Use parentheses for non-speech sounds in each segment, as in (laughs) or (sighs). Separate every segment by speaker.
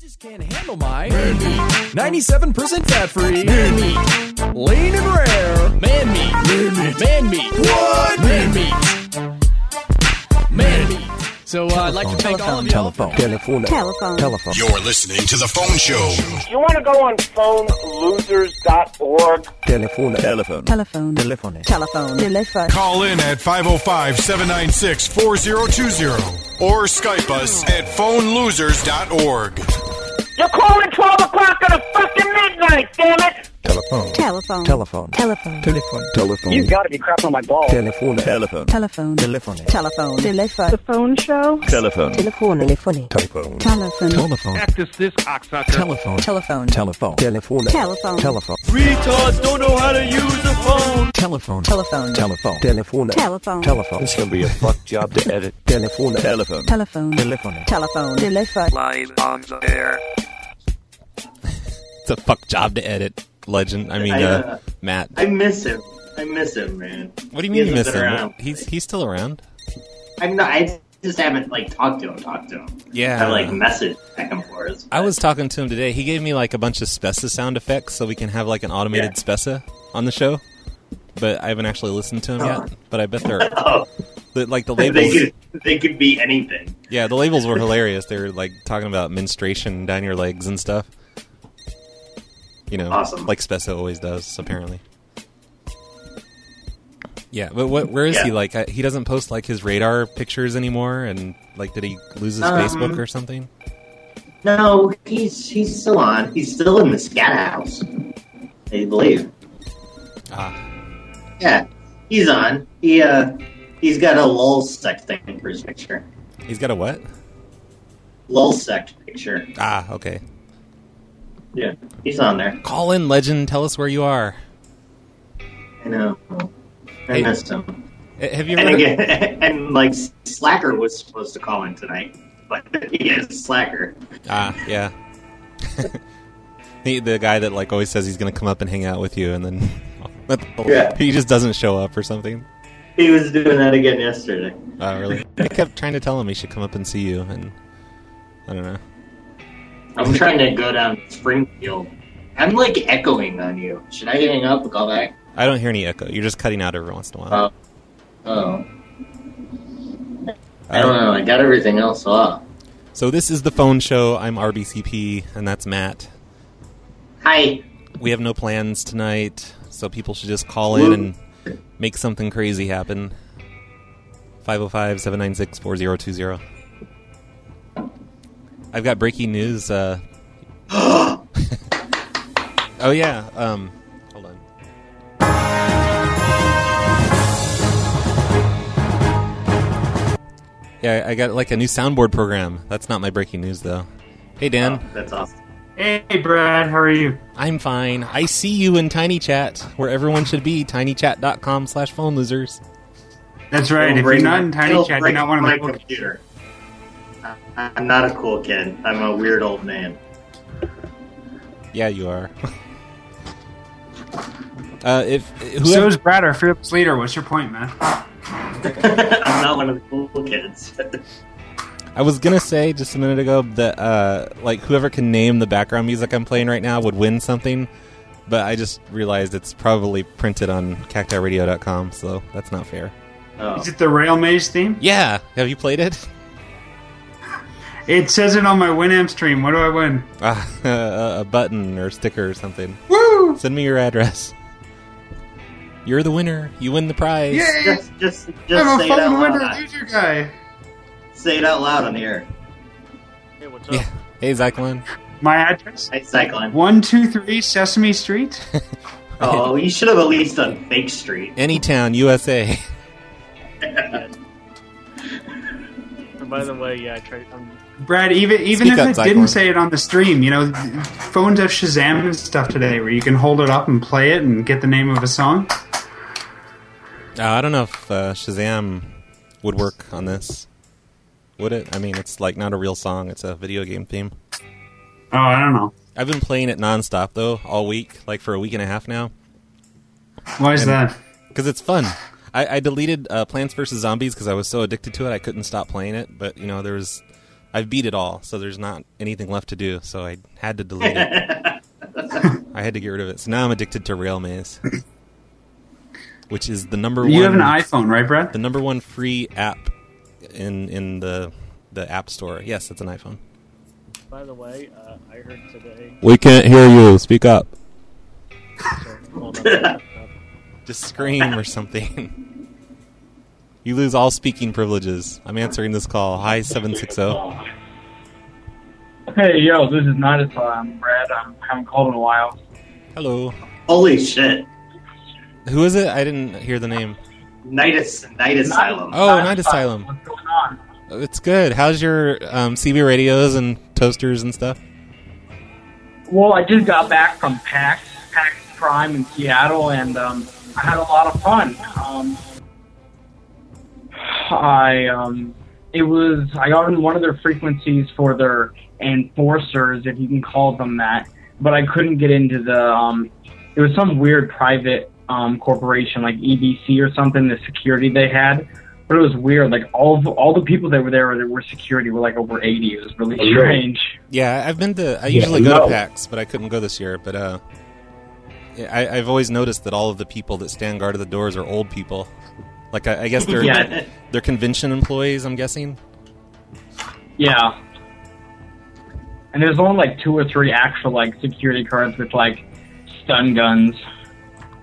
Speaker 1: just can't handle Oh my 97% fat free, man meat, lean and rare, man meat, man meat, man meat, what? Man meat, man meat. So uh, I'd like to thank all of you. Telephone.
Speaker 2: Telephone.
Speaker 3: Telephone.
Speaker 2: Telephone.
Speaker 4: You're listening to the phone show.
Speaker 5: You want to go on phonelosers.org?
Speaker 2: Telephone. Telephone.
Speaker 3: Telephone.
Speaker 2: Telephone.
Speaker 3: Telephone. Telephone.
Speaker 4: Call in at 505 796 4020 or Skype us at phonelosers.org.
Speaker 5: You're calling 12 o'clock on a fucking midnight, damn it!
Speaker 2: Telephone.
Speaker 3: Telephone.
Speaker 2: Telephone.
Speaker 3: Telephone.
Speaker 2: Telephone. Telephone.
Speaker 5: You gotta be crapping on my balls.
Speaker 2: Telephone. Telephone.
Speaker 3: Telephone.
Speaker 2: Telephone.
Speaker 3: Telephone. Telephone.
Speaker 6: The phone show?
Speaker 2: Telephone.
Speaker 3: Telephone. Telephone.
Speaker 2: Telephone.
Speaker 3: Telephone.
Speaker 2: Telephone.
Speaker 7: Practice this, cocksucker.
Speaker 2: Telephone.
Speaker 3: Telephone.
Speaker 2: Telephone. Telephone.
Speaker 3: Telephone.
Speaker 2: Telephone.
Speaker 1: Retards don't know how to use a phone.
Speaker 2: Telephone.
Speaker 3: Telephone.
Speaker 2: Telephone. Telephone.
Speaker 3: Telephone.
Speaker 2: Telephone. It's gonna be a fuck job to edit. Telephone. Telephone.
Speaker 3: Telephone.
Speaker 2: Telephone.
Speaker 3: Telephone. Telephone.
Speaker 8: live on the air.
Speaker 9: It's a fuck job to edit. Legend. I mean,
Speaker 10: I,
Speaker 9: uh,
Speaker 10: uh,
Speaker 9: Matt.
Speaker 10: I miss him. I miss him, man.
Speaker 9: What do you mean you
Speaker 10: hasn't
Speaker 9: miss
Speaker 10: been
Speaker 9: him?
Speaker 10: around.
Speaker 9: He's he's still around.
Speaker 10: I'm not. I just haven't like talked to him. Talked to him.
Speaker 9: Yeah.
Speaker 10: I like message back and forth.
Speaker 9: I was talking to him today. He gave me like a bunch of Spessa sound effects, so we can have like an automated
Speaker 10: Yeah.
Speaker 9: Spessa on the show. But I haven't actually listened to him yet. But I bet they're
Speaker 10: (laughs) Oh,
Speaker 9: the- like the
Speaker 10: they
Speaker 9: labels.
Speaker 10: could. They could be anything.
Speaker 9: Yeah, the labels were hilarious. They were like talking about menstruation down your legs and stuff. You know,
Speaker 10: Awesome.
Speaker 9: like Spesso always does, apparently. Yeah, but what? Where is he?
Speaker 10: Yeah.
Speaker 9: Like, I- he doesn't post like his radar pictures anymore, and like, did he lose his
Speaker 10: Um,
Speaker 9: Facebook or something?
Speaker 10: No, he's he's still on. He's still in the scat house. I believe.
Speaker 9: Ah,
Speaker 10: Yeah, he's on. He uh, he's got a lulsec thing for his picture.
Speaker 9: he's got a what?
Speaker 10: Lulsec picture.
Speaker 9: Ah, okay.
Speaker 10: Yeah, he's on there.
Speaker 9: Call in, legend. Tell us where you are.
Speaker 10: I know. I
Speaker 9: Hey.
Speaker 10: missed him.
Speaker 9: Eh, Have you
Speaker 10: And
Speaker 9: ever?
Speaker 10: again, (laughs) and like Slacker was supposed to call in tonight, but (laughs) he is Slacker.
Speaker 9: Ah, yeah. (laughs) the, the guy that like always says he's going to come up and hang out with you, and then (laughs)
Speaker 10: Yeah.
Speaker 9: he just doesn't show up or something.
Speaker 10: He was doing that again yesterday.
Speaker 9: Wow, Uh, really? I kept trying to tell him he should come up and see you, and I don't know.
Speaker 7: (laughs)
Speaker 10: I'm trying to go down Springfield. I'm like echoing on you. Should I hang up and call back?
Speaker 9: I don't hear any echo. You're just cutting out every once in a while.
Speaker 10: Oh, oh. I don't know. I got everything else off.
Speaker 9: So this is the phone show. I'm RBCP, and that's Matt.
Speaker 10: Hi.
Speaker 9: We have no plans tonight, so people should just call in and make something crazy happen. 505 796 4020. I've got breaking news. Uh... (gasps) oh, yeah. Um, hold on. Yeah, I got like a new soundboard program. That's not my breaking news, though. Hey, Dan.
Speaker 10: Oh, that's awesome.
Speaker 7: Hey, Brad, how are you?
Speaker 9: I'm fine. I see you in Tiny Chat, where everyone should be. TinyChat.com slash phone losers.
Speaker 7: That's right. If
Speaker 10: Don't
Speaker 7: you're
Speaker 10: break-
Speaker 7: not in Tiny
Speaker 10: don't
Speaker 7: Chat, you're
Speaker 10: break
Speaker 7: not one of
Speaker 10: my
Speaker 7: the cool kids.
Speaker 10: computer. I- I'm not a cool kid. I'm a weird old
Speaker 7: (laughs)
Speaker 10: man.
Speaker 9: Yeah, you are. uh, if
Speaker 7: So
Speaker 9: whoever,
Speaker 7: is Brad, our fearless leader. What's your point, man?
Speaker 10: I'm not one of the cool kids. (laughs)
Speaker 9: I was gonna say just a minute ago that uh, like whoever can name the background music I'm playing right now would win something, but I just realized it's probably printed on CactiRadio.com, so that's not fair.
Speaker 10: Oh.
Speaker 7: Is it the Rail Maze theme?
Speaker 9: Yeah, have you played it?
Speaker 7: It says it on my Winamp stream. What do I win?
Speaker 9: Ah, (laughs) a button or sticker or something.
Speaker 7: Woo!
Speaker 9: Send me your address. You're the winner. You win the prize.
Speaker 7: Yay!
Speaker 10: Just, just, just
Speaker 7: I'm a
Speaker 10: say it out
Speaker 7: phone
Speaker 10: loud.
Speaker 7: winner loser guy.
Speaker 10: Say it out loud on the air.
Speaker 1: Hey, what's
Speaker 9: Yeah. Hey, Zyklon.
Speaker 7: My address?
Speaker 10: Hey, Cyclone.
Speaker 7: One two three
Speaker 9: (laughs)
Speaker 7: Sesame Street.
Speaker 10: Oh, you should have at least done Fake Street.
Speaker 9: Anytown, USA.
Speaker 1: And by the way, yeah, I tried.
Speaker 6: um,
Speaker 1: I'm,
Speaker 7: Brad, even even
Speaker 9: Speak
Speaker 7: if
Speaker 9: up,
Speaker 7: it
Speaker 9: Zyklon.
Speaker 7: didn't say it on the stream, you know, phones have Shazam and stuff today, where you can hold it up and play it and get the name of a song.
Speaker 9: Uh, I don't know if uh, Shazam would work on this. Would it? I mean, it's like not a real song; it's a video game theme.
Speaker 7: Oh, I don't know.
Speaker 9: I've been playing it nonstop though, all week, like for a week and a half now,
Speaker 7: Why is that?
Speaker 9: because it's fun. (coughs) I, I deleted uh, Plants vs Zombies because I was so addicted to it I couldn't stop playing it. But you know, there was I've beat it all, so there's not anything left to do. So I had to delete it.
Speaker 7: (laughs)
Speaker 9: I had to get rid of it. So now I'm addicted to Rail Maze, which is the number
Speaker 7: You
Speaker 9: one
Speaker 7: have an iPhone, right, Brad?
Speaker 9: the number one free app in in the the app store. Yes, it's an
Speaker 7: (laughs)
Speaker 9: iPhone.
Speaker 6: By the way, uh, I heard today.
Speaker 9: We can't hear you. Speak up.
Speaker 6: Sorry, hold on.
Speaker 9: Just scream or something. (laughs) you lose all speaking privileges. I'm answering this call. Hi, seven six oh. zero.
Speaker 8: Hey, yo, this is not as I'm Brad. I'm haven't called in a while.
Speaker 9: Hello.
Speaker 10: Holy shit.
Speaker 9: Who is it? I didn't hear the name.
Speaker 10: Night, as- night Asylum.
Speaker 9: Oh, Night Asylum.
Speaker 8: What's going on?
Speaker 9: It's good. How's your um, CB radios and toasters and stuff?
Speaker 8: Well, I just got back from PAX, PAX Prime in Seattle, and um, I had a lot of fun. Um, I um, it was I got on one of their frequencies for their enforcers, if you can call them that, but I couldn't get into the. Um, it was some weird private um, corporation like EBC or something. The security they had. But it was weird. Like all of, all the people that were there that were security were like over eighty. It was really strange.
Speaker 9: Yeah, I've been to. I usually go to PAX, but I couldn't go this year. But uh, I, I've always noticed that all of the people that stand guard at the doors are old people. Like I, I guess they're
Speaker 8: Yeah.
Speaker 9: they're convention employees. I'm guessing.
Speaker 8: Yeah. And there's only like two or three actual like security cards with like stun guns.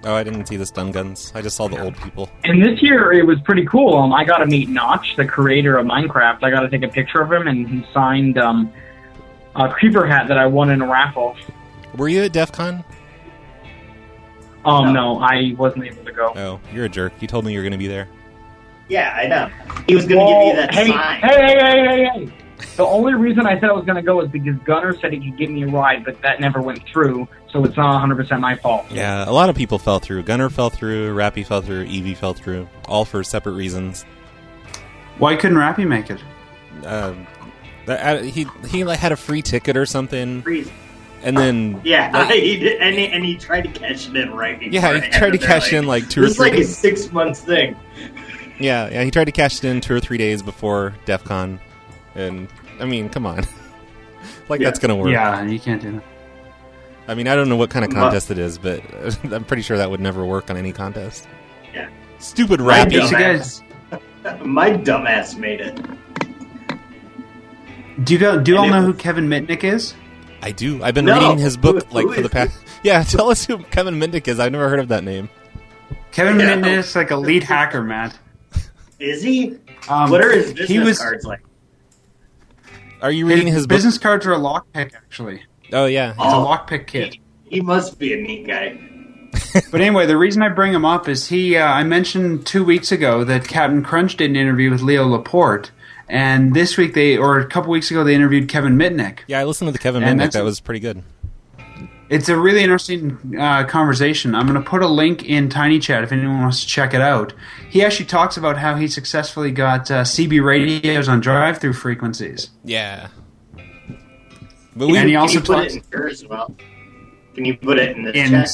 Speaker 9: Oh, I didn't see the stun guns. I just saw the old people.
Speaker 8: And this year it was pretty cool. Um, I got to meet Notch, the creator of Minecraft. I got to take a picture of him, and he signed um, a creeper hat that I won in a raffle.
Speaker 9: Were you at DEF CON?
Speaker 8: Um, no, I wasn't able to go.
Speaker 9: Oh, you're a jerk. You told me you were going to be there.
Speaker 10: Yeah, I know. He was going to give
Speaker 8: Well,
Speaker 10: you that
Speaker 8: hey,
Speaker 10: sign.
Speaker 8: hey, hey, hey, hey, hey! The only reason I said I was going to go is because Gunner said he could give me a ride, but that never went through, so it's not 100% my fault.
Speaker 9: Yeah, a lot of people fell through. Gunner fell through. Rappy fell through. Evie fell through. All for separate reasons.
Speaker 7: Why couldn't Rappy make it?
Speaker 9: Um, that- uh, he he like had a free ticket or something,
Speaker 10: Freeze.
Speaker 9: and then
Speaker 10: Yeah, (laughs)
Speaker 9: Like-
Speaker 10: he did, and, he, and he tried to cash it in right before
Speaker 9: Yeah, he
Speaker 10: it
Speaker 9: tried to
Speaker 10: ended. They're
Speaker 9: cash
Speaker 10: like,
Speaker 9: in like two or
Speaker 10: This is
Speaker 9: three.
Speaker 10: like a
Speaker 9: days.
Speaker 10: six months thing.
Speaker 9: Yeah, yeah, he tried to cash it in two or three days before DEF CON, and I mean, come on, (laughs) like that's gonna work.
Speaker 7: Yeah, you can't do that.
Speaker 9: I mean, I don't know what kind of
Speaker 10: Well-
Speaker 9: contest it is, but (laughs) I'm pretty sure that would never work on any contest.
Speaker 10: Yeah.
Speaker 9: Stupid
Speaker 10: I
Speaker 9: rappy.
Speaker 7: You
Speaker 10: dumbass.
Speaker 7: guys,
Speaker 10: (laughs) My dumbass made it.
Speaker 7: do you go, do you all
Speaker 10: And it-
Speaker 7: know who Kevin Mitnick is?
Speaker 9: I do. I've been
Speaker 10: No.
Speaker 9: reading his book
Speaker 10: Who-
Speaker 9: like
Speaker 10: who
Speaker 9: for the
Speaker 10: is
Speaker 9: past. (laughs) Yeah, tell us who Kevin Mindick is. I've never heard of that name.
Speaker 7: Kevin
Speaker 10: Yeah.
Speaker 7: Mitnick is like a lead hacker, Matt.
Speaker 10: Is he?
Speaker 7: Um,
Speaker 10: what are his business
Speaker 7: he was,
Speaker 10: cards like?
Speaker 9: Are you
Speaker 7: His,
Speaker 9: reading his, book?
Speaker 7: business cards are a lockpick, actually.
Speaker 9: Oh yeah,
Speaker 7: He's
Speaker 10: Oh.
Speaker 7: a lockpick kid.
Speaker 10: He must be a neat guy.
Speaker 7: But anyway, the reason I bring him up is he. Uh, I mentioned two weeks ago that Captain Crunch did an interview with Leo Laporte, and this week they, or a couple weeks ago, they interviewed Kevin Mitnick.
Speaker 9: yeah. I listened to the Kevin
Speaker 7: And
Speaker 9: Mindick.
Speaker 7: that's-
Speaker 9: That was pretty good.
Speaker 7: It's a really interesting uh, conversation. I'm going to put a link in Tiny Chat if anyone wants to check it out. He actually talks about how he successfully got uh, CB radios on drive-through frequencies.
Speaker 9: Yeah. But we,
Speaker 7: And he
Speaker 10: Can
Speaker 7: also
Speaker 10: you put
Speaker 7: talks-
Speaker 10: it in here as well? Can you put it in the
Speaker 7: In
Speaker 10: chat?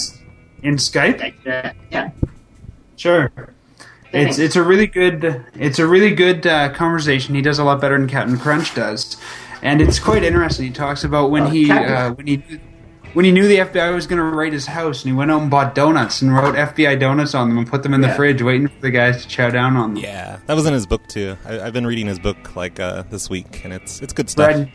Speaker 7: in Skype,
Speaker 10: Like that? Yeah.
Speaker 7: Sure. It's it's a really good it's a really good uh, conversation. He does a lot better than Captain Crunch does, and it's quite interesting. He talks about when he
Speaker 10: Captain-
Speaker 7: uh, when he when he knew the FBI was going to raid his house, and he went out and bought donuts and wrote FBI donuts on them and put them in the
Speaker 10: Yeah.
Speaker 7: fridge, waiting for the guys to chow down on them.
Speaker 9: yeah, that was in his book too. I, I've been reading his book like uh, this week, and it's it's good stuff.
Speaker 7: Brad,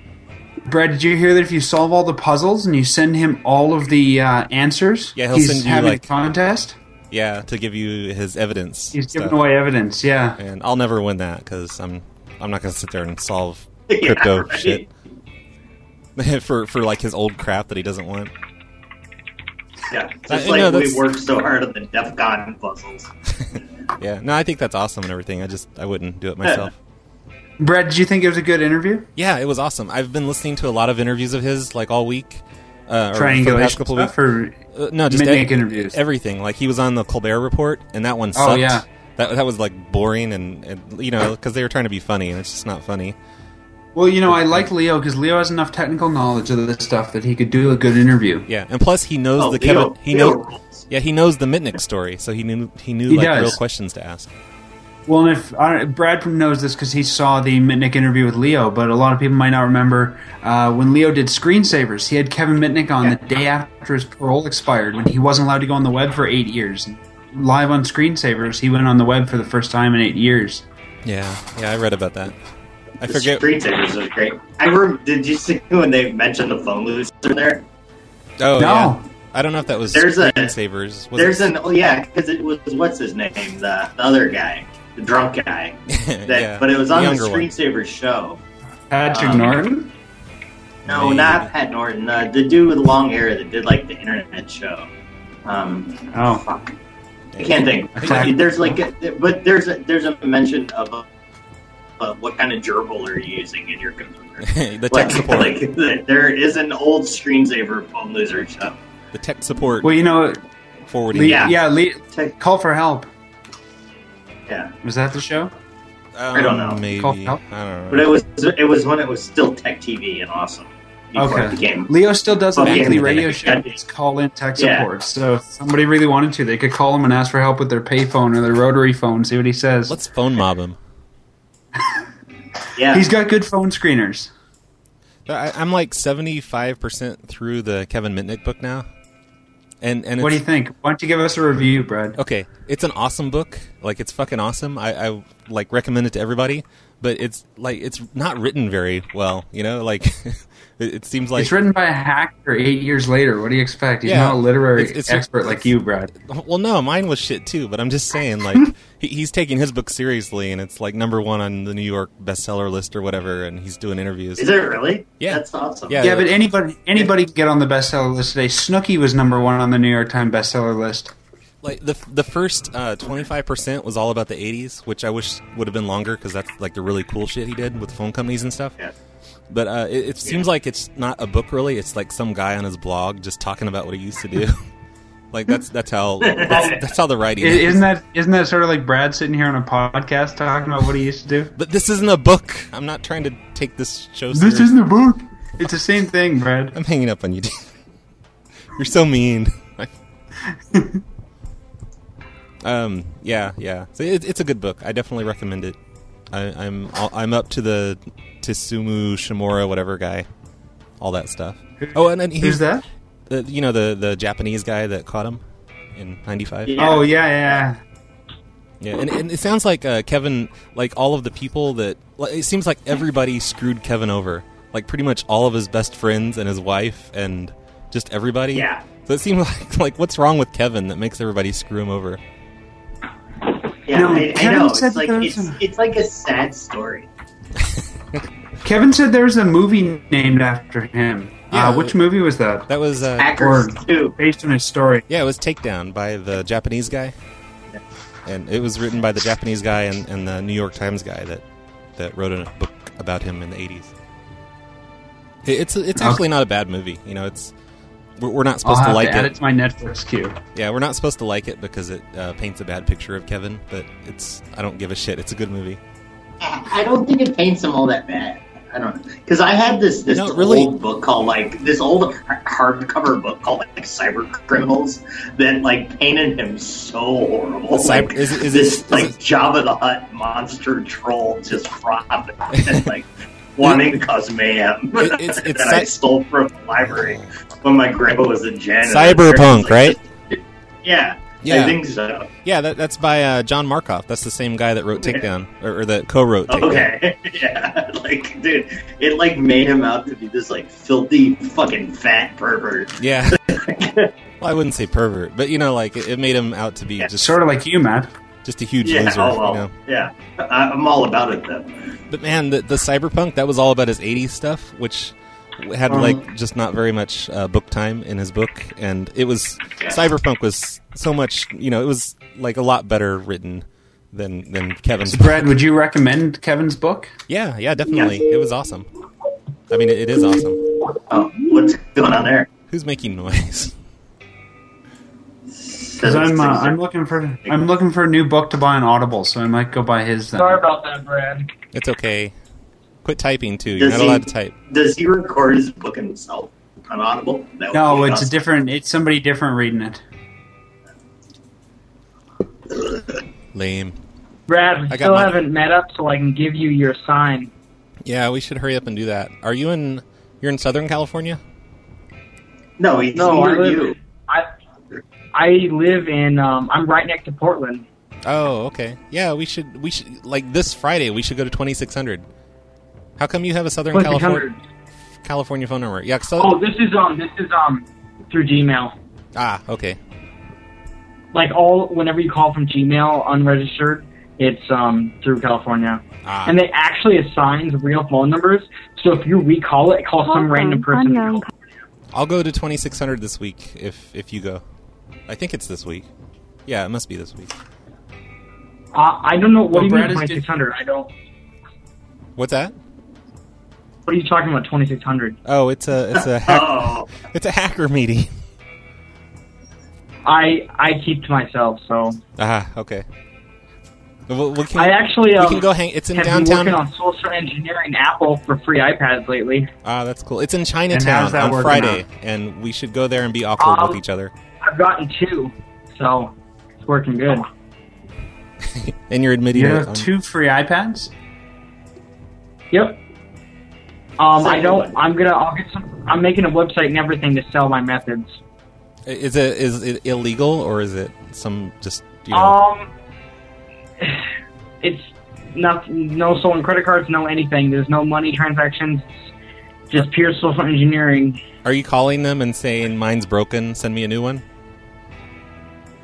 Speaker 7: Brad, did you hear that if you solve all the puzzles and you send him all of the uh, answers,
Speaker 9: Yeah, he'll
Speaker 7: he's
Speaker 9: send you,
Speaker 7: having
Speaker 9: like-
Speaker 7: a contest.
Speaker 9: Yeah, to give you his evidence.
Speaker 7: He's
Speaker 9: stuff.
Speaker 7: giving away evidence. Yeah.
Speaker 9: and I'll never win that because I'm I'm not gonna sit there and
Speaker 7: (laughs)
Speaker 9: solve
Speaker 10: Yeah,
Speaker 9: crypto
Speaker 10: right.
Speaker 9: shit (laughs) for for like his old crap that he doesn't want.
Speaker 10: Yeah.
Speaker 9: Uh,
Speaker 10: Just
Speaker 9: no,
Speaker 10: like
Speaker 9: that's-
Speaker 10: we worked so hard on the DEF CON puzzles.
Speaker 9: Yeah, no, I think that's awesome and everything. I just I wouldn't do it myself.
Speaker 7: Brad, did you think it was a good interview?
Speaker 9: yeah, it was awesome. I've been listening to a lot of interviews of his like all week. Uh, or for the
Speaker 7: Triangulation
Speaker 9: past couple
Speaker 7: stuff,
Speaker 9: weeks.
Speaker 7: or
Speaker 9: Uh, no, just
Speaker 7: Midnight
Speaker 9: e-
Speaker 7: interviews.
Speaker 9: Everything like he was on the Colbert Report, and that one
Speaker 7: Oh,
Speaker 9: sucked.
Speaker 7: yeah.
Speaker 9: That, that was like boring and, and you know because they were trying to be funny and it's just not funny.
Speaker 7: Well, you know, I like Leo because Leo has enough technical knowledge of this stuff that he could do a good interview.
Speaker 9: Yeah, and plus he knows
Speaker 10: Oh,
Speaker 9: the
Speaker 10: Leo-
Speaker 9: Kevin. He
Speaker 10: Leo
Speaker 9: knows.
Speaker 10: rules.
Speaker 9: Yeah, he knows the Mitnick story, so he knew he knew
Speaker 7: He
Speaker 9: like
Speaker 7: does.
Speaker 9: real questions to ask.
Speaker 7: Well, and if I, don't- Brad knows this because he saw the Mitnick interview with Leo, but a lot of people might not remember uh, when Leo did screensavers. He had Kevin Mitnick on the day after his parole expired, when he wasn't allowed to go on the web for eight years. Live on screensavers, he went on the web for the first time in eight years.
Speaker 9: Yeah, yeah, I read about that. I
Speaker 10: The
Speaker 9: forget.
Speaker 10: Screensavers was great. I remember. Did you see (laughs) when they mentioned the phone loser there?
Speaker 9: Oh,
Speaker 7: No.
Speaker 9: yeah. I don't know if that was
Speaker 10: There's a-
Speaker 9: Screensavers. Was
Speaker 10: There's
Speaker 9: it?
Speaker 10: an oh yeah, because it was what's his name, the, the other guy, the drunk
Speaker 9: (laughs)
Speaker 10: guy. That,
Speaker 9: Yeah,
Speaker 10: But it was
Speaker 9: the
Speaker 10: on the,
Speaker 9: younger one.
Speaker 10: screensaver show.
Speaker 7: Patrick
Speaker 10: Um,
Speaker 7: Norton?
Speaker 10: No,
Speaker 9: Maybe.
Speaker 10: not Pat Norton. Uh, the dude with the long hair that did like the internet show. Um,
Speaker 7: Oh.
Speaker 10: fuck, I can't think. But There's like, a, but there's a, there's a mention of uh uh what kind of gerbil are you using in your computer.
Speaker 9: (laughs) the tech
Speaker 10: Like,
Speaker 9: support.
Speaker 10: like, (laughs) th- there is an old screensaver phone loser show.
Speaker 9: the tech support
Speaker 7: Well, you know,
Speaker 9: forwarding.
Speaker 7: Le- yeah, Le-
Speaker 10: Tech-
Speaker 7: Call for Help.
Speaker 10: Yeah,
Speaker 7: Was that the show?
Speaker 9: Um,
Speaker 10: I don't know.
Speaker 9: Maybe.
Speaker 7: Call- no.
Speaker 9: I don't
Speaker 10: but
Speaker 9: know.
Speaker 10: it was it was when it was still tech TV and awesome before it
Speaker 7: Okay.
Speaker 10: became
Speaker 7: Leo still does a
Speaker 10: Well, yeah.
Speaker 7: weekly radio show.
Speaker 10: Yeah.
Speaker 7: It's call in tech
Speaker 10: Yeah.
Speaker 7: support. So if somebody really wanted to, they could call him and ask for help with their payphone or their rotary phone. See what he says.
Speaker 9: Let's phone mob him.
Speaker 10: yeah.
Speaker 7: He's got good phone screeners.
Speaker 9: I, I'm like 75% through the Kevin Mitnick book now. And, and
Speaker 7: What do
Speaker 9: it's-
Speaker 7: you think? Why don't you give us a review, Brad?
Speaker 9: okay it's an awesome book like it's fucking awesome I, I like recommend it to everybody but it's like it's not written very well you know like (laughs) it, it seems like
Speaker 7: it's written by a hacker eight years later. What do you expect? He's
Speaker 9: Yeah.
Speaker 7: not a literary
Speaker 9: It's- it's-
Speaker 7: expert
Speaker 9: it's-
Speaker 7: like you, Brad.
Speaker 9: well no mine was shit too but i'm just saying
Speaker 7: (laughs)
Speaker 9: like he, he's taking his book seriously and it's like number one on the new york bestseller list or whatever and he's doing interviews
Speaker 10: Is it really?
Speaker 9: Yeah.
Speaker 10: That's awesome.
Speaker 9: Yeah.
Speaker 7: Yeah, but anybody anybody can get on the bestseller list today. Snooky was number one on the New York Times bestseller list.
Speaker 9: like the the first twenty five percent was all about the '80s, which I wish would have been longer because that's like the really cool shit he did with phone companies and stuff.
Speaker 10: Yeah.
Speaker 9: But uh, it, it seems like it's not a book really. It's like some guy on his blog just talking about what he used
Speaker 10: (laughs)
Speaker 9: to do. like that's that's how (laughs) that's, that's how the writing.
Speaker 7: I-
Speaker 9: is.
Speaker 7: Isn't that isn't that sort of like Brad sitting here on a podcast talking about what he used to do?
Speaker 9: But this isn't a book. I'm not trying to take this show.
Speaker 7: This
Speaker 9: serious.
Speaker 7: isn't a book. It's the same thing, Brad.
Speaker 9: I'm hanging up on you. dude. You're so mean. um. Yeah. Yeah. So it, it's a good book. I definitely recommend it. I, I'm all- I'm up to the Tsumu Shimura whatever guy, all that stuff. Oh, and, and he's
Speaker 7: Who's that?
Speaker 9: The, you know the the Japanese guy that caught him in '95.
Speaker 10: Yeah.
Speaker 7: Oh yeah, yeah.
Speaker 9: Yeah, and, and it sounds like uh, Kevin, like all of the people that, like, it seems like everybody screwed Kevin over. Like pretty much all of his best friends and his wife and just everybody.
Speaker 10: Yeah.
Speaker 9: So it seems (laughs) like like what's wrong with Kevin that makes everybody screw him over?
Speaker 10: Yeah,
Speaker 7: No,
Speaker 10: I, I
Speaker 7: Kevin
Speaker 10: know.
Speaker 7: said
Speaker 10: It's like
Speaker 7: there
Speaker 10: it's,
Speaker 7: was a-
Speaker 10: it's like a sad story.
Speaker 7: (laughs) Kevin said there's a movie named after him.
Speaker 9: Yeah.
Speaker 7: Uh, which movie was that?
Speaker 9: That was uh,
Speaker 10: Hackers
Speaker 7: Or-
Speaker 10: too.
Speaker 7: Based on his story.
Speaker 9: yeah, it was Takedown by the Japanese guy, and it was written by the Japanese guy and, and the New York Times guy that that wrote a book about him in the eighties. It's it's actually not a bad movie. You know, it's we're, we're not
Speaker 7: I'll
Speaker 9: supposed
Speaker 7: have
Speaker 9: to like
Speaker 7: to add
Speaker 9: it.
Speaker 7: it to my Netflix queue.
Speaker 9: Yeah, we're not supposed to like it because it uh, paints a bad picture of Kevin, but it's I don't give a shit. It's a good movie.
Speaker 10: I I don't think it paints them all that bad. I don't know because I had this this
Speaker 9: No, really.
Speaker 10: old book called like this old har- hardcover book called like Cyber Criminals that like painted him so horrible.
Speaker 9: The cyber-
Speaker 10: like,
Speaker 9: is it- is it-
Speaker 10: this
Speaker 9: is
Speaker 10: like
Speaker 9: it-
Speaker 10: Jabba the Hutt monster troll just robbed and like wanting to cause mayhem
Speaker 9: It- it's-
Speaker 10: (laughs)
Speaker 9: it's
Speaker 10: that I
Speaker 9: cy-
Speaker 10: stole from the library when my grandpa was a janitor.
Speaker 9: Cyberpunk,
Speaker 10: Like,
Speaker 9: right?
Speaker 10: Yeah,
Speaker 9: Yeah.
Speaker 10: I think so.
Speaker 9: Yeah, that, that's by uh, John Markoff. That's the same guy that wrote Takedown or, or that co-wrote Takedown.
Speaker 10: Okay. (laughs) Yeah. Like, dude, it like made him out to be this like filthy fucking fat pervert.
Speaker 9: Yeah. (laughs) well, I wouldn't say pervert, but you know, like it, it made him out to be
Speaker 10: Yeah,
Speaker 9: just
Speaker 7: Sort of like you, Matt.
Speaker 9: just a huge
Speaker 10: Yeah.
Speaker 9: loser.
Speaker 10: oh, well,
Speaker 9: You know?
Speaker 10: Yeah. I, I'm all about it though.
Speaker 9: But man, the, the cyberpunk that was all about his '80s stuff, which had
Speaker 7: Um,
Speaker 9: like just not very much uh, book time in his book, and it was
Speaker 10: Yeah.
Speaker 9: cyberpunk was so much, you know, it was like a lot better written than than Kevin's.
Speaker 7: Brad, would you recommend Kevin's book?
Speaker 9: Yeah, yeah, definitely. It was awesome. I mean, it, it is awesome.
Speaker 10: Oh, what's going on there?
Speaker 9: Who's making noise?
Speaker 7: Because I'm uh, I'm looking for I'm looking for a new book to buy on Audible, so I might go buy his. Then.
Speaker 8: Sorry about that, Brad.
Speaker 9: It's okay. Quit typing too. You're
Speaker 10: Does
Speaker 9: not
Speaker 10: he-
Speaker 9: allowed to type.
Speaker 10: Does he record his book himself on Audible? That would
Speaker 7: No,
Speaker 10: be
Speaker 7: it's a
Speaker 10: awesome.
Speaker 7: different. It's somebody different reading it.
Speaker 9: Lame.
Speaker 8: Brad, we
Speaker 9: got
Speaker 8: still
Speaker 9: mine.
Speaker 8: haven't met up, so I can give you your sign.
Speaker 9: Yeah, we should hurry up and do that. Are you in? You're in Southern California.
Speaker 10: No, he's
Speaker 8: No,
Speaker 10: near
Speaker 8: I live-
Speaker 10: you.
Speaker 8: I I live in. Um, I'm right next to Portland.
Speaker 9: Oh, okay. Yeah, we should. We should like this Friday. We should go to twenty six hundred. How come you have a Southern California
Speaker 8: 2600.
Speaker 9: California phone number? Yeah. So,
Speaker 8: Oh, this is um, this is um, through Gmail.
Speaker 9: ah, okay.
Speaker 8: Like all, whenever you call from Gmail unregistered, it's um through California,
Speaker 9: Ah,
Speaker 8: and it actually assigns real phone numbers. So if you recall it, it
Speaker 10: oh,
Speaker 8: calls some random person.
Speaker 9: I'll go to twenty six hundred this week if if you go. I think it's this week. Yeah, it must be this week.
Speaker 8: Uh, I don't know what
Speaker 7: Well,
Speaker 8: do you
Speaker 7: Brad
Speaker 8: mean
Speaker 7: is
Speaker 8: twenty six hundred. I don't.
Speaker 9: What's that?
Speaker 8: What are you talking about twenty six hundred?
Speaker 9: Oh, it's a
Speaker 8: (laughs)
Speaker 9: it's a hack,
Speaker 10: Oh,
Speaker 9: it's a hacker meeting.
Speaker 8: I I keep to myself, so
Speaker 9: Ah, okay. Well, we can,
Speaker 8: I actually
Speaker 9: we
Speaker 8: um,
Speaker 9: can go hang. It's in
Speaker 8: have
Speaker 9: downtown.
Speaker 8: been working on social engineering Apple for free iPads lately.
Speaker 9: Ah, that's cool. It's in Chinatown
Speaker 7: how's that
Speaker 9: on
Speaker 7: working
Speaker 9: Friday, and we should go there and be awkward
Speaker 8: Um,
Speaker 9: with each other.
Speaker 8: I've gotten two, so it's working good.
Speaker 9: And you're admitting
Speaker 7: You
Speaker 9: it.
Speaker 7: have
Speaker 9: on-
Speaker 7: two free iPads?
Speaker 8: Yep. Um, I
Speaker 10: Second
Speaker 8: don't.
Speaker 10: one.
Speaker 8: I'm gonna. I'll get some. I'm making a website and everything to sell my methods.
Speaker 9: Is it is it illegal or is it some just you know?
Speaker 8: Um, (sighs) it's not no stolen credit cards, no anything. There's no money transactions. Just pure social engineering.
Speaker 9: are you calling them and saying mine's broken? Send me a new one.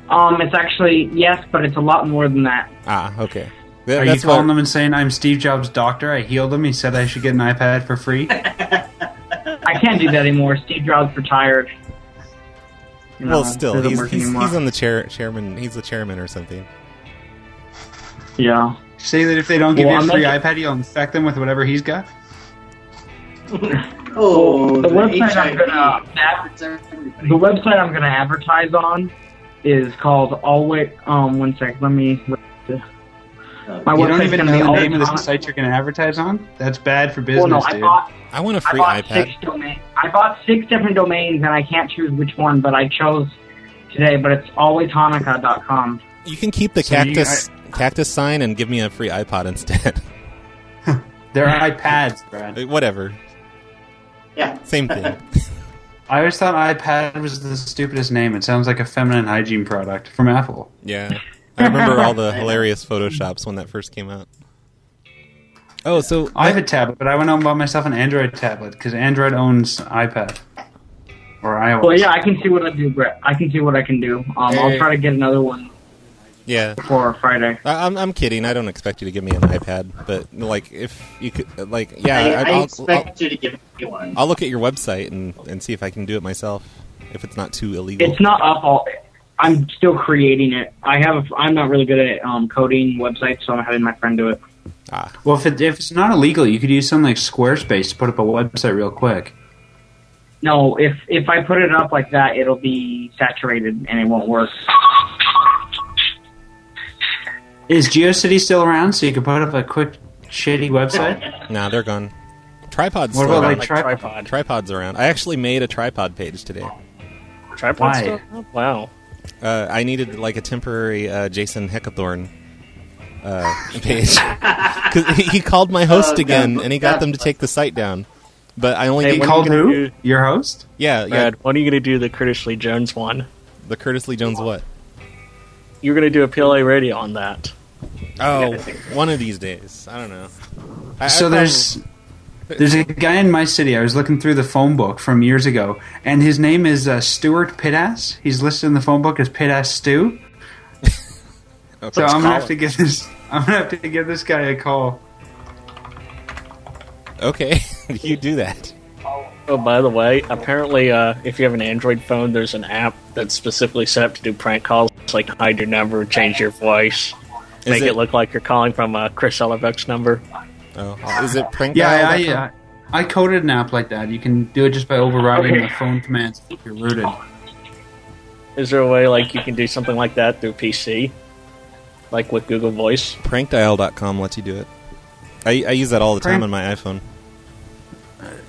Speaker 8: Um, it's actually yes, but it's a lot more than that.
Speaker 9: Ah, okay.
Speaker 7: Are you calling them and saying, I'm Steve Jobs' doctor? I healed him. He said I should get an iPad
Speaker 8: (laughs)
Speaker 7: for free.
Speaker 8: I can't do that anymore. Steve Jobs retired. You know,
Speaker 9: Well,
Speaker 8: it
Speaker 9: still,
Speaker 8: doesn't
Speaker 9: he's,
Speaker 8: work
Speaker 9: he's,
Speaker 8: anymore.
Speaker 9: he's on the chair chairman. He's the chairman or something.
Speaker 8: yeah.
Speaker 7: Say that if they don't give
Speaker 8: Well,
Speaker 7: you
Speaker 8: I'm
Speaker 7: a free
Speaker 8: not-
Speaker 7: iPad, you'll infect them with whatever he's got.
Speaker 10: oh,
Speaker 8: The
Speaker 10: the
Speaker 8: website I'm
Speaker 10: HIV.
Speaker 8: gonna
Speaker 10: That's everybody.
Speaker 8: The website I'm going to advertise on is called Always. Um, one sec, let me. My
Speaker 7: You don't
Speaker 8: website's
Speaker 7: even
Speaker 8: gonna
Speaker 7: know
Speaker 8: be
Speaker 7: the
Speaker 8: all
Speaker 7: name of the
Speaker 8: time.
Speaker 7: site you're going to advertise on? That's bad for business,
Speaker 8: Well, no, I
Speaker 7: dude.
Speaker 8: bought
Speaker 9: I want a
Speaker 8: I
Speaker 9: free
Speaker 8: bought
Speaker 9: iPad.
Speaker 8: six domain. I bought six different domains, and I can't choose which one, but I chose today. But it's alwayshanukkah.com.
Speaker 9: You can keep the
Speaker 7: So you-
Speaker 9: cactus cactus sign and give me a free iPod instead. (laughs)
Speaker 7: They're iPads, Brad.
Speaker 9: Whatever.
Speaker 10: Yeah.
Speaker 9: Same
Speaker 8: (laughs)
Speaker 9: thing.
Speaker 7: (laughs) I always thought iPad was the stupidest name. It sounds like a feminine hygiene product from Apple.
Speaker 9: Yeah. I remember all the hilarious photoshops when that first came out. Oh, so
Speaker 7: I have a tablet, but I went out and bought myself an Android tablet because Android owns iPad or iOS.
Speaker 8: Well, yeah, I can see what I do, Brett. I can see what I can do. Um, I'll
Speaker 9: Hey.
Speaker 8: try to get another one
Speaker 9: yeah.
Speaker 8: for Friday.
Speaker 9: I, I'm I'm kidding. I don't expect you to give me an iPad, but like if you could, like yeah,
Speaker 10: I,
Speaker 9: I,
Speaker 10: I
Speaker 9: will
Speaker 10: expect you to give me one.
Speaker 9: I'll, I'll look at your website and and see if I can do it myself. If it's not too illegal.
Speaker 8: It's not up all. I'm still creating it. I have. I'm not really good at um, coding websites, so I'm having my friend do it.
Speaker 9: ah,
Speaker 7: Well, if, it, if it's not illegal, you could use something like Squarespace to put up a website real quick.
Speaker 8: No, if if I put it up like that, it'll be saturated and it won't work.
Speaker 7: Is GeoCity still around so you could put up a quick shitty website?
Speaker 9: nah, they're gone. Tripods.
Speaker 7: What
Speaker 9: still
Speaker 7: about
Speaker 9: around.
Speaker 7: like tripod?
Speaker 9: tripods around? I actually made a tripod page today.
Speaker 6: Tripod
Speaker 7: Why?
Speaker 6: stuff? Oh, Wow.
Speaker 9: Uh, I needed like a temporary uh, Jason Heckathorn uh, (laughs) page because he, he called my host
Speaker 10: Oh,
Speaker 9: again
Speaker 10: no.
Speaker 9: and he got
Speaker 10: That's
Speaker 9: them to take the site down. But I only
Speaker 6: Hey,
Speaker 9: gave-
Speaker 6: what-
Speaker 7: Called who?
Speaker 6: do-
Speaker 7: Your host?
Speaker 9: yeah yeah
Speaker 6: Brad, when are you gonna do the Curtis Lee Jones one?
Speaker 9: the Curtis Lee Jones what?
Speaker 6: You're gonna do a PLA radio on that.
Speaker 9: Oh, one of these days. I don't know. I,
Speaker 7: So
Speaker 9: I
Speaker 7: there's there's a guy in my city. I was looking through the phone book from years ago, and his name is uh, Stuart Pitass. He's listed in the phone book as Pitass Stew.
Speaker 9: probably-
Speaker 7: So I'm gonna have
Speaker 6: him.
Speaker 7: to give this. I'm gonna have to give this guy a call.
Speaker 9: okay. (laughs) you do that.
Speaker 6: Oh, by the way, apparently, uh, if you have an Android phone, there's an app that's specifically set up to do prank calls, It's like hide your number, change your voice,
Speaker 9: Is
Speaker 6: make
Speaker 9: it-
Speaker 6: it, look like you're calling from uh, Chris Ellerbeck's number.
Speaker 9: Oh, is it prank?
Speaker 7: Yeah, I,
Speaker 9: dial?
Speaker 7: I, yeah. I coded an app like that. You can do it just by overriding
Speaker 8: Okay.
Speaker 7: the phone commands if you're rooted.
Speaker 6: Is there a way like you can do something like that through PC, like with Google Voice?
Speaker 9: Prankdial.com lets you do it. I, I use that all the time
Speaker 7: Prank-
Speaker 9: on my iPhone.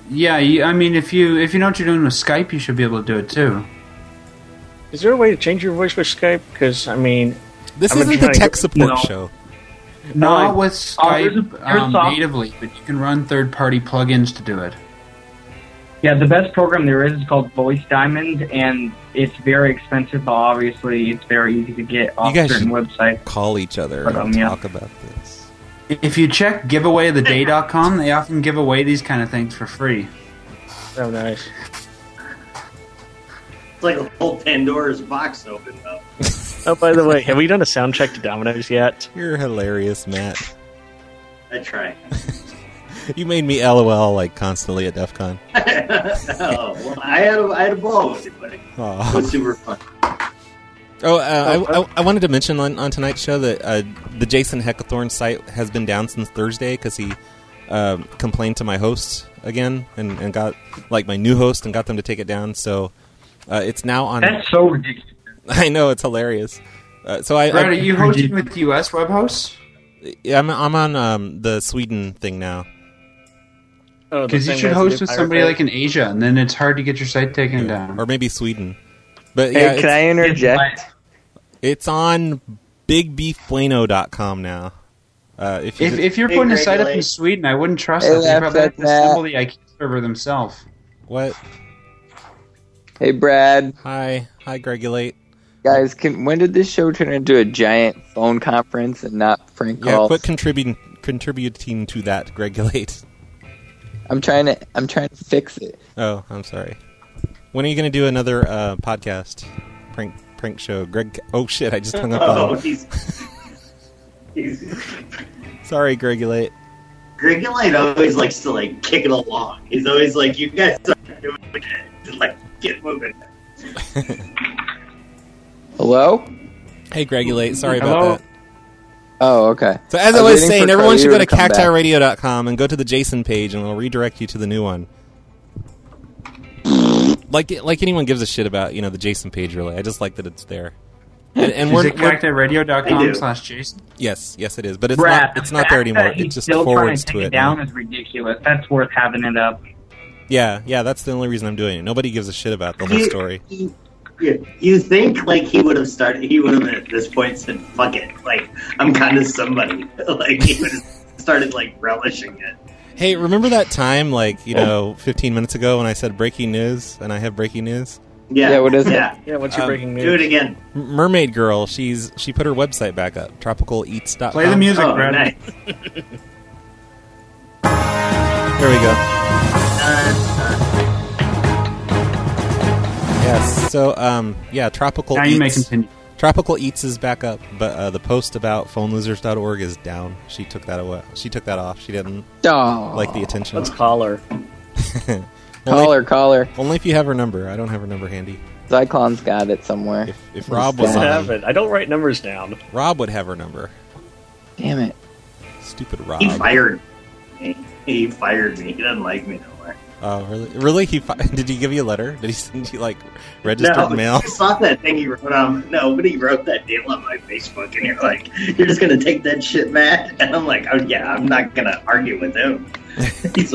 Speaker 7: Yeah, you, I mean, if you if you know what you're doing with Skype, you should be able to do it too.
Speaker 6: Is there a way to change your voice with Skype? Because I mean,
Speaker 9: This
Speaker 6: I've been
Speaker 9: isn't the
Speaker 6: trying to-
Speaker 9: tech support
Speaker 8: No.
Speaker 9: show.
Speaker 7: Not
Speaker 8: Um,
Speaker 7: with
Speaker 8: oh, there's a-
Speaker 7: Skype
Speaker 8: there's
Speaker 7: um,
Speaker 8: soft-
Speaker 7: natively, but you can run third-party plugins to do it.
Speaker 8: Yeah, the best program there is is called Voice Diamond, and it's very expensive, but obviously it's very easy to get off
Speaker 9: guys
Speaker 8: certain
Speaker 9: should-
Speaker 8: websites.
Speaker 9: Call each other
Speaker 8: Um,
Speaker 9: and
Speaker 8: yeah.
Speaker 9: talk about this.
Speaker 7: If you check giveawaytheday.com, they often give away these kind of things for free.
Speaker 8: Oh,
Speaker 6: So nice.
Speaker 10: It's like a whole Pandora's box opened up.
Speaker 6: Oh, by the way, have we done a sound check to Domino's yet?
Speaker 9: You're hilarious, Matt.
Speaker 10: I try. (laughs)
Speaker 9: You made me LOL like constantly at DEF CON.
Speaker 10: oh, well, I had a, I had a ball with it, buddy. It
Speaker 9: Aw.
Speaker 10: was super fun.
Speaker 9: Oh, uh, I, I, I wanted to mention on, on tonight's show that uh, the Jason Heckathorn site has been down since Thursday because he um, complained to my host again and, and got like my new host and got them to take it down. So uh, it's now on.
Speaker 8: That's so ridiculous.
Speaker 9: (laughs) I know it's hilarious. Uh, so I,
Speaker 7: Brad, are
Speaker 9: I
Speaker 7: you hosting with the US web hosts?
Speaker 9: I'm I'm on um, the Sweden thing now.
Speaker 6: Oh, the
Speaker 7: Because you
Speaker 6: thing
Speaker 7: should
Speaker 6: is,
Speaker 7: host
Speaker 6: the
Speaker 7: with
Speaker 6: pirate
Speaker 7: somebody
Speaker 6: bay.
Speaker 7: like in Asia, and then it's hard to get your site taken down.
Speaker 9: or maybe Sweden. But yeah,
Speaker 11: Hey,
Speaker 9: it's,
Speaker 11: can I interject?
Speaker 8: It's
Speaker 9: it's on bigbeefbueno.com now. Uh, if you
Speaker 7: If, if you're
Speaker 10: Hey,
Speaker 7: putting a site up in
Speaker 10: regulate.
Speaker 7: Sweden, I wouldn't trust
Speaker 11: Hey,
Speaker 7: them. They
Speaker 11: laugh
Speaker 7: probably
Speaker 11: at
Speaker 7: have to
Speaker 11: that.
Speaker 7: assemble the IKEA server themselves.
Speaker 9: what?
Speaker 11: Hey, Brad,
Speaker 9: Hi, hi, Gregulate.
Speaker 11: guys, can when did this show turn into a giant phone conference and not prank
Speaker 9: Yeah,
Speaker 11: calls?
Speaker 9: quit contributing contributing to that, Gregulate.
Speaker 11: I'm trying to I'm trying to fix it.
Speaker 9: Oh, I'm sorry. When are you going to do another uh, podcast prank prank show, Greg? Oh shit, I just hung up
Speaker 10: Oh,
Speaker 9: on.
Speaker 7: (laughs)
Speaker 9: him. (laughs)
Speaker 10: he's. he's
Speaker 9: Sorry, Gregulate.
Speaker 10: Greg Light always likes to like kick it along. He's always like, "You guys are doing it. Just, like get moving."
Speaker 11: Hello?
Speaker 9: Hey, Gregulate. Sorry about
Speaker 7: Hello?
Speaker 9: that.
Speaker 11: Oh, okay.
Speaker 9: So as I
Speaker 11: I was
Speaker 9: was
Speaker 11: waiting
Speaker 9: saying,
Speaker 11: for
Speaker 9: everyone should go
Speaker 11: Carlito
Speaker 9: to
Speaker 11: to come back.
Speaker 9: cactiradio.com and go to the Jason page, and we'll redirect you to the new
Speaker 11: (laughs)
Speaker 9: one. Like like anyone gives a shit about you know the Jason page really. I just like that it's
Speaker 7: (laughs)
Speaker 9: there. And, and
Speaker 7: Is
Speaker 9: we're,
Speaker 7: it
Speaker 9: we're-
Speaker 10: I do.
Speaker 7: cactiradio.com slash Jason?
Speaker 9: yes yes it is, but it's
Speaker 8: crap.
Speaker 9: not it's
Speaker 8: The
Speaker 9: not there
Speaker 8: fact
Speaker 9: anymore.
Speaker 8: that
Speaker 9: It
Speaker 8: he's
Speaker 9: just
Speaker 8: still trying
Speaker 9: forwards
Speaker 8: to,
Speaker 9: to
Speaker 8: take
Speaker 9: it.
Speaker 8: it down
Speaker 9: now.
Speaker 8: is ridiculous. That's worth having it up.
Speaker 9: Yeah yeah that's the only reason I'm doing it. Nobody gives a shit about the whole
Speaker 10: You-
Speaker 9: story.
Speaker 10: You, you think like he would have started? He would have at this point said, "Fuck it, like I'm kind of somebody." (laughs) like he would have started like relishing it.
Speaker 9: Hey, remember that time like
Speaker 7: Oh.
Speaker 9: you know 15 minutes ago when I said breaking news and I have breaking news?
Speaker 10: Yeah,
Speaker 11: Yeah, what is it?
Speaker 10: yeah. Um,
Speaker 6: Yeah, what's your breaking news?
Speaker 10: Do it again.
Speaker 9: M- Mermaid Girl, she's she put her website back up. Tropicaleats.com.
Speaker 7: Play the music,
Speaker 10: Oh,
Speaker 7: Brad. (laughs)
Speaker 10: nice.
Speaker 9: There we go.
Speaker 10: Uh,
Speaker 9: Yes. So, um, yeah, Tropical
Speaker 7: Now
Speaker 9: Eats.
Speaker 7: you may continue.
Speaker 9: Tropical Eats is back up, but uh, the post about phonelosers.org is down. She took that away. She took that off. She didn't
Speaker 11: Oh.
Speaker 9: like the attention.
Speaker 6: Let's call
Speaker 9: (laughs)
Speaker 6: her.
Speaker 11: call her, call her.
Speaker 9: Only if you have her number. I don't have her number handy.
Speaker 11: Zyklon's got it somewhere.
Speaker 9: If, if Rob was
Speaker 11: Let's
Speaker 6: I
Speaker 11: Um,
Speaker 6: have
Speaker 9: on,
Speaker 6: it. I don't write numbers down.
Speaker 9: Rob would have her number.
Speaker 11: Damn it.
Speaker 9: Stupid Rob.
Speaker 10: He fired me. He fired me. He doesn't like me no more.
Speaker 9: Oh, really? Really? He fi- (laughs) did he give you a letter? Did he send you like registered
Speaker 10: no, (laughs)
Speaker 6: (laughs)
Speaker 9: mail?
Speaker 10: You saw that thing he wrote on. No, but he wrote that deal on my Facebook, and you're like, you're just gonna take that shit, Matt? (laughs) And I'm like, oh yeah, I'm not gonna argue with
Speaker 9: (laughs)
Speaker 10: him. He's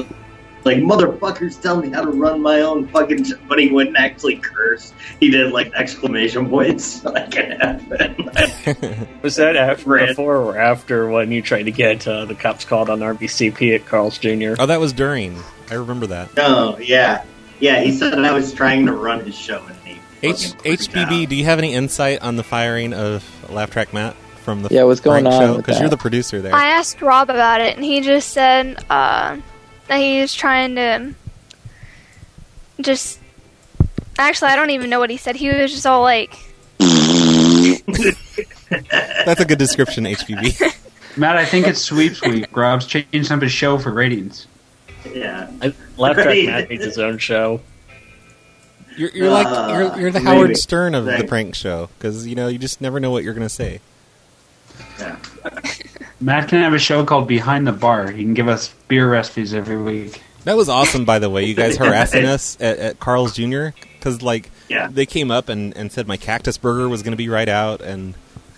Speaker 10: like, motherfuckers, tell me how to run my own fucking. Sh-. But he wouldn't actually curse. He did like exclamation points. (laughs) Like, it happened.
Speaker 6: Was that af-
Speaker 10: Red.
Speaker 6: before or after when you tried to get uh, the cops called on RBCP at Carl's Jr.?
Speaker 9: Oh, that was during. I remember that.
Speaker 10: no, oh, yeah, yeah. He said I was trying to run his show, and he.
Speaker 9: H-
Speaker 10: fucking freaked
Speaker 9: HBB,
Speaker 10: out.
Speaker 9: do you have any insight on the firing of Laugh Track Matt from the
Speaker 11: Yeah, what's going
Speaker 9: Frank
Speaker 11: on
Speaker 9: show?
Speaker 11: with
Speaker 9: you're
Speaker 11: that?
Speaker 9: the producer there. (laughs)
Speaker 12: I asked Rob about it, and he just said uh, that he was trying to just. Actually, I don't even know what he said. He was just all like,
Speaker 9: That's a good description,
Speaker 11: (laughs)
Speaker 9: HBB.
Speaker 7: Matt, I think it's sweeps week. Rob's changing somebody's show for ratings.
Speaker 10: Yeah.
Speaker 6: I Laugh Track
Speaker 10: Right.
Speaker 6: Matt needs his own show.
Speaker 9: You're, you're like you're, you're the
Speaker 10: Uh,
Speaker 9: Howard
Speaker 10: maybe.
Speaker 9: Stern of the
Speaker 10: Thanks.
Speaker 9: prank show because you know you just never know what you're going to say.
Speaker 10: yeah.
Speaker 7: Matt can have a show called Behind the Bar. He can give us beer recipes every week.
Speaker 9: That was awesome, by the way. You (laughs)
Speaker 7: (laughs)
Speaker 9: guys harassing us at, at Carl's Jr. because like
Speaker 10: Yeah.
Speaker 9: they came up and, and said my cactus burger was going to be right out, and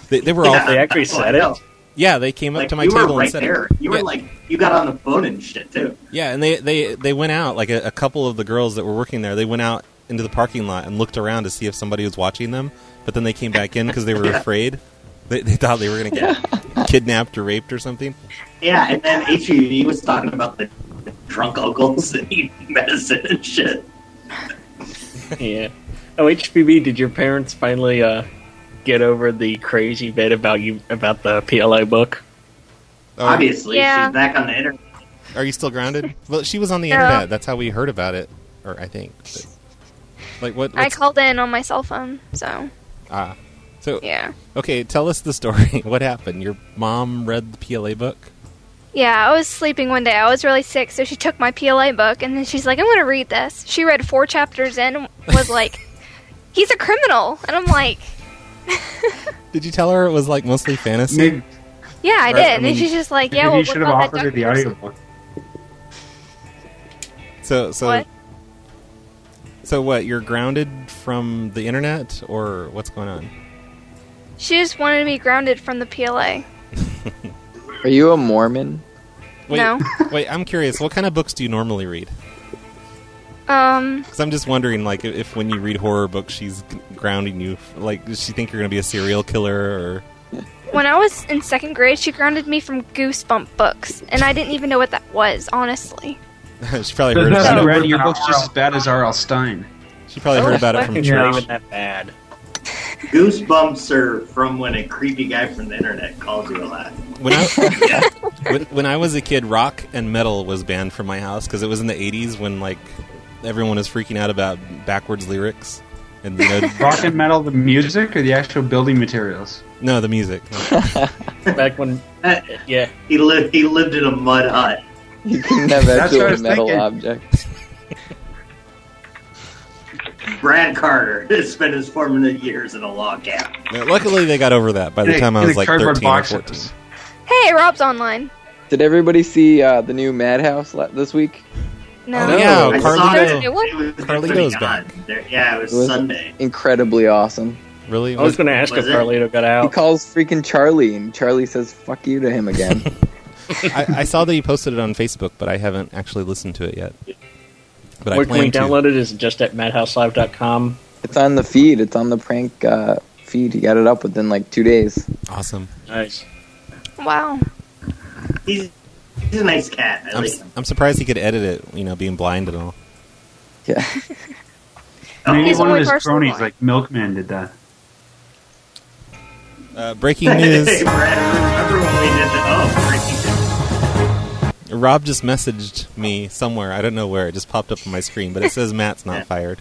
Speaker 9: they, they were all
Speaker 10: Yeah.
Speaker 6: They actually
Speaker 10: Oh, I
Speaker 6: said it.
Speaker 10: know.
Speaker 9: yeah they came up
Speaker 10: Like,
Speaker 9: to my
Speaker 10: you
Speaker 9: table
Speaker 10: were right
Speaker 9: and said it.
Speaker 10: there. You
Speaker 9: Yeah.
Speaker 10: were like, you got on the phone and shit too.
Speaker 9: Yeah, and they they they went out like a, a couple of the girls that were working there. They went out into the parking lot and looked around
Speaker 12: (laughs)
Speaker 9: to see if somebody was watching them, but then they came back in because they were afraid. They, they thought they were going to get kidnapped or raped or something.
Speaker 10: Yeah, and then HED was talking about the drunk uncles that need medicine and shit.
Speaker 6: yeah. Oh, HPB, did your parents finally uh, get over the crazy bit about you about the PLA book?
Speaker 9: Oh,
Speaker 10: Obviously,
Speaker 12: Yeah.
Speaker 10: she's back on the internet.
Speaker 9: Are you still grounded? Well, she was on the
Speaker 12: No.
Speaker 9: internet. That's how we heard about it, or I think. But, like what?
Speaker 12: I
Speaker 9: what's-
Speaker 12: called in on my cell phone, so
Speaker 9: ah, so
Speaker 12: yeah.
Speaker 9: Okay, tell us the story. (laughs) What happened? Your mom read the PLA book.
Speaker 12: Yeah, I was sleeping one day. I was really sick, so she took my PLA book and then she's like, I'm gonna read this. She read four chapters in and was like, (laughs) He's a criminal. And I'm like,
Speaker 9: Did you tell her it was like mostly fantasy?
Speaker 12: Yeah, I
Speaker 9: Or,
Speaker 12: did.
Speaker 9: I
Speaker 12: and
Speaker 9: mean,
Speaker 12: then she's just like, Yeah,
Speaker 9: maybe
Speaker 12: well,
Speaker 9: you
Speaker 12: what
Speaker 9: should have
Speaker 12: about that
Speaker 9: offered her
Speaker 12: doc-
Speaker 9: the
Speaker 7: audiobook.
Speaker 9: So so
Speaker 12: What?
Speaker 9: so what? You're grounded from the internet, or what's going on?
Speaker 12: She just wanted to be grounded from the PLA.
Speaker 9: Are you a Mormon? Wait,
Speaker 12: No.
Speaker 9: (laughs) wait, I'm curious. What kind of books do you normally read?
Speaker 12: Um,
Speaker 9: Because I'm just wondering, like, if, if when you read horror books, she's g- grounding you. Like, does she think you're going to be a serial killer? Or
Speaker 12: when I was in second grade, she grounded me from Goosebump books, and I didn't even know what that was, honestly.
Speaker 9: she probably
Speaker 7: Does
Speaker 9: heard
Speaker 7: that
Speaker 9: about it.
Speaker 7: mean read your book's just as bad as R.L. Stein?
Speaker 9: She probably
Speaker 7: Oh,
Speaker 9: heard about it from
Speaker 7: It's
Speaker 9: church.
Speaker 7: not even
Speaker 6: that bad.
Speaker 10: Goosebumps are from when a creepy guy from the internet calls you a lot.
Speaker 9: when I (laughs) when, when I was a kid, rock and metal was banned from my house because it was in the '80s when like everyone was freaking out about backwards lyrics and you know,
Speaker 7: (laughs) Rock and metal, the music or the actual building materials?
Speaker 9: No, the music.
Speaker 6: Back when,
Speaker 11: Uh,
Speaker 6: yeah,
Speaker 10: he lived. He lived in a mud hut.
Speaker 11: You couldn't have
Speaker 10: That's what I
Speaker 11: actual
Speaker 10: was
Speaker 11: metal
Speaker 10: thinking.
Speaker 11: objects.
Speaker 10: Brad Carter (laughs) has spent his formative years in a log cabin.
Speaker 9: Yeah, luckily, they got over that by the
Speaker 11: In a-
Speaker 9: time I
Speaker 11: in
Speaker 9: was
Speaker 11: a
Speaker 9: like
Speaker 11: cardboard
Speaker 9: 13 or
Speaker 11: box.
Speaker 9: 14.
Speaker 12: Hey, Rob's online.
Speaker 11: Did everybody see uh, the new Madhouse la- this week?
Speaker 12: No.
Speaker 11: No.
Speaker 9: yeah,
Speaker 11: I
Speaker 9: Carlito-
Speaker 11: saw
Speaker 12: There's a new one?
Speaker 9: Carlito's back.
Speaker 10: There, yeah, it was,
Speaker 11: It was
Speaker 10: Sunday.
Speaker 11: Incredibly awesome.
Speaker 9: Really?
Speaker 6: I was gonna ask Was if it? Carlito got out.
Speaker 11: He calls freaking Charlie, and Charlie says "fuck you" to him again.
Speaker 9: I, I saw that you posted it on Facebook, but I haven't actually listened to it yet. (laughs) But I
Speaker 6: where can we
Speaker 9: plan to.
Speaker 6: download it? Is it just at madhouselive.com?
Speaker 11: it's on the feed. It's on the prank uh, feed. He got it up within like two days.
Speaker 9: Awesome.
Speaker 10: Uh,
Speaker 6: Nice.
Speaker 12: Wow.
Speaker 10: He's, he's a nice cat. I
Speaker 9: I'm,
Speaker 10: like
Speaker 9: s-
Speaker 10: him.
Speaker 9: I'm surprised he could edit it, you know, being blind and all.
Speaker 11: Yeah.
Speaker 7: Maybe
Speaker 10: He's
Speaker 7: one
Speaker 10: only
Speaker 7: of his
Speaker 10: person
Speaker 7: cronies,
Speaker 10: alive.
Speaker 7: like Milkman, did that.
Speaker 10: (laughs)
Speaker 9: Uh, breaking news.
Speaker 10: Hey, Brad, remember when we did the oh breaking
Speaker 9: Rob just messaged me somewhere. I don't know where. It just popped up on my screen, but it says
Speaker 10: (laughs)
Speaker 9: Matt's not fired.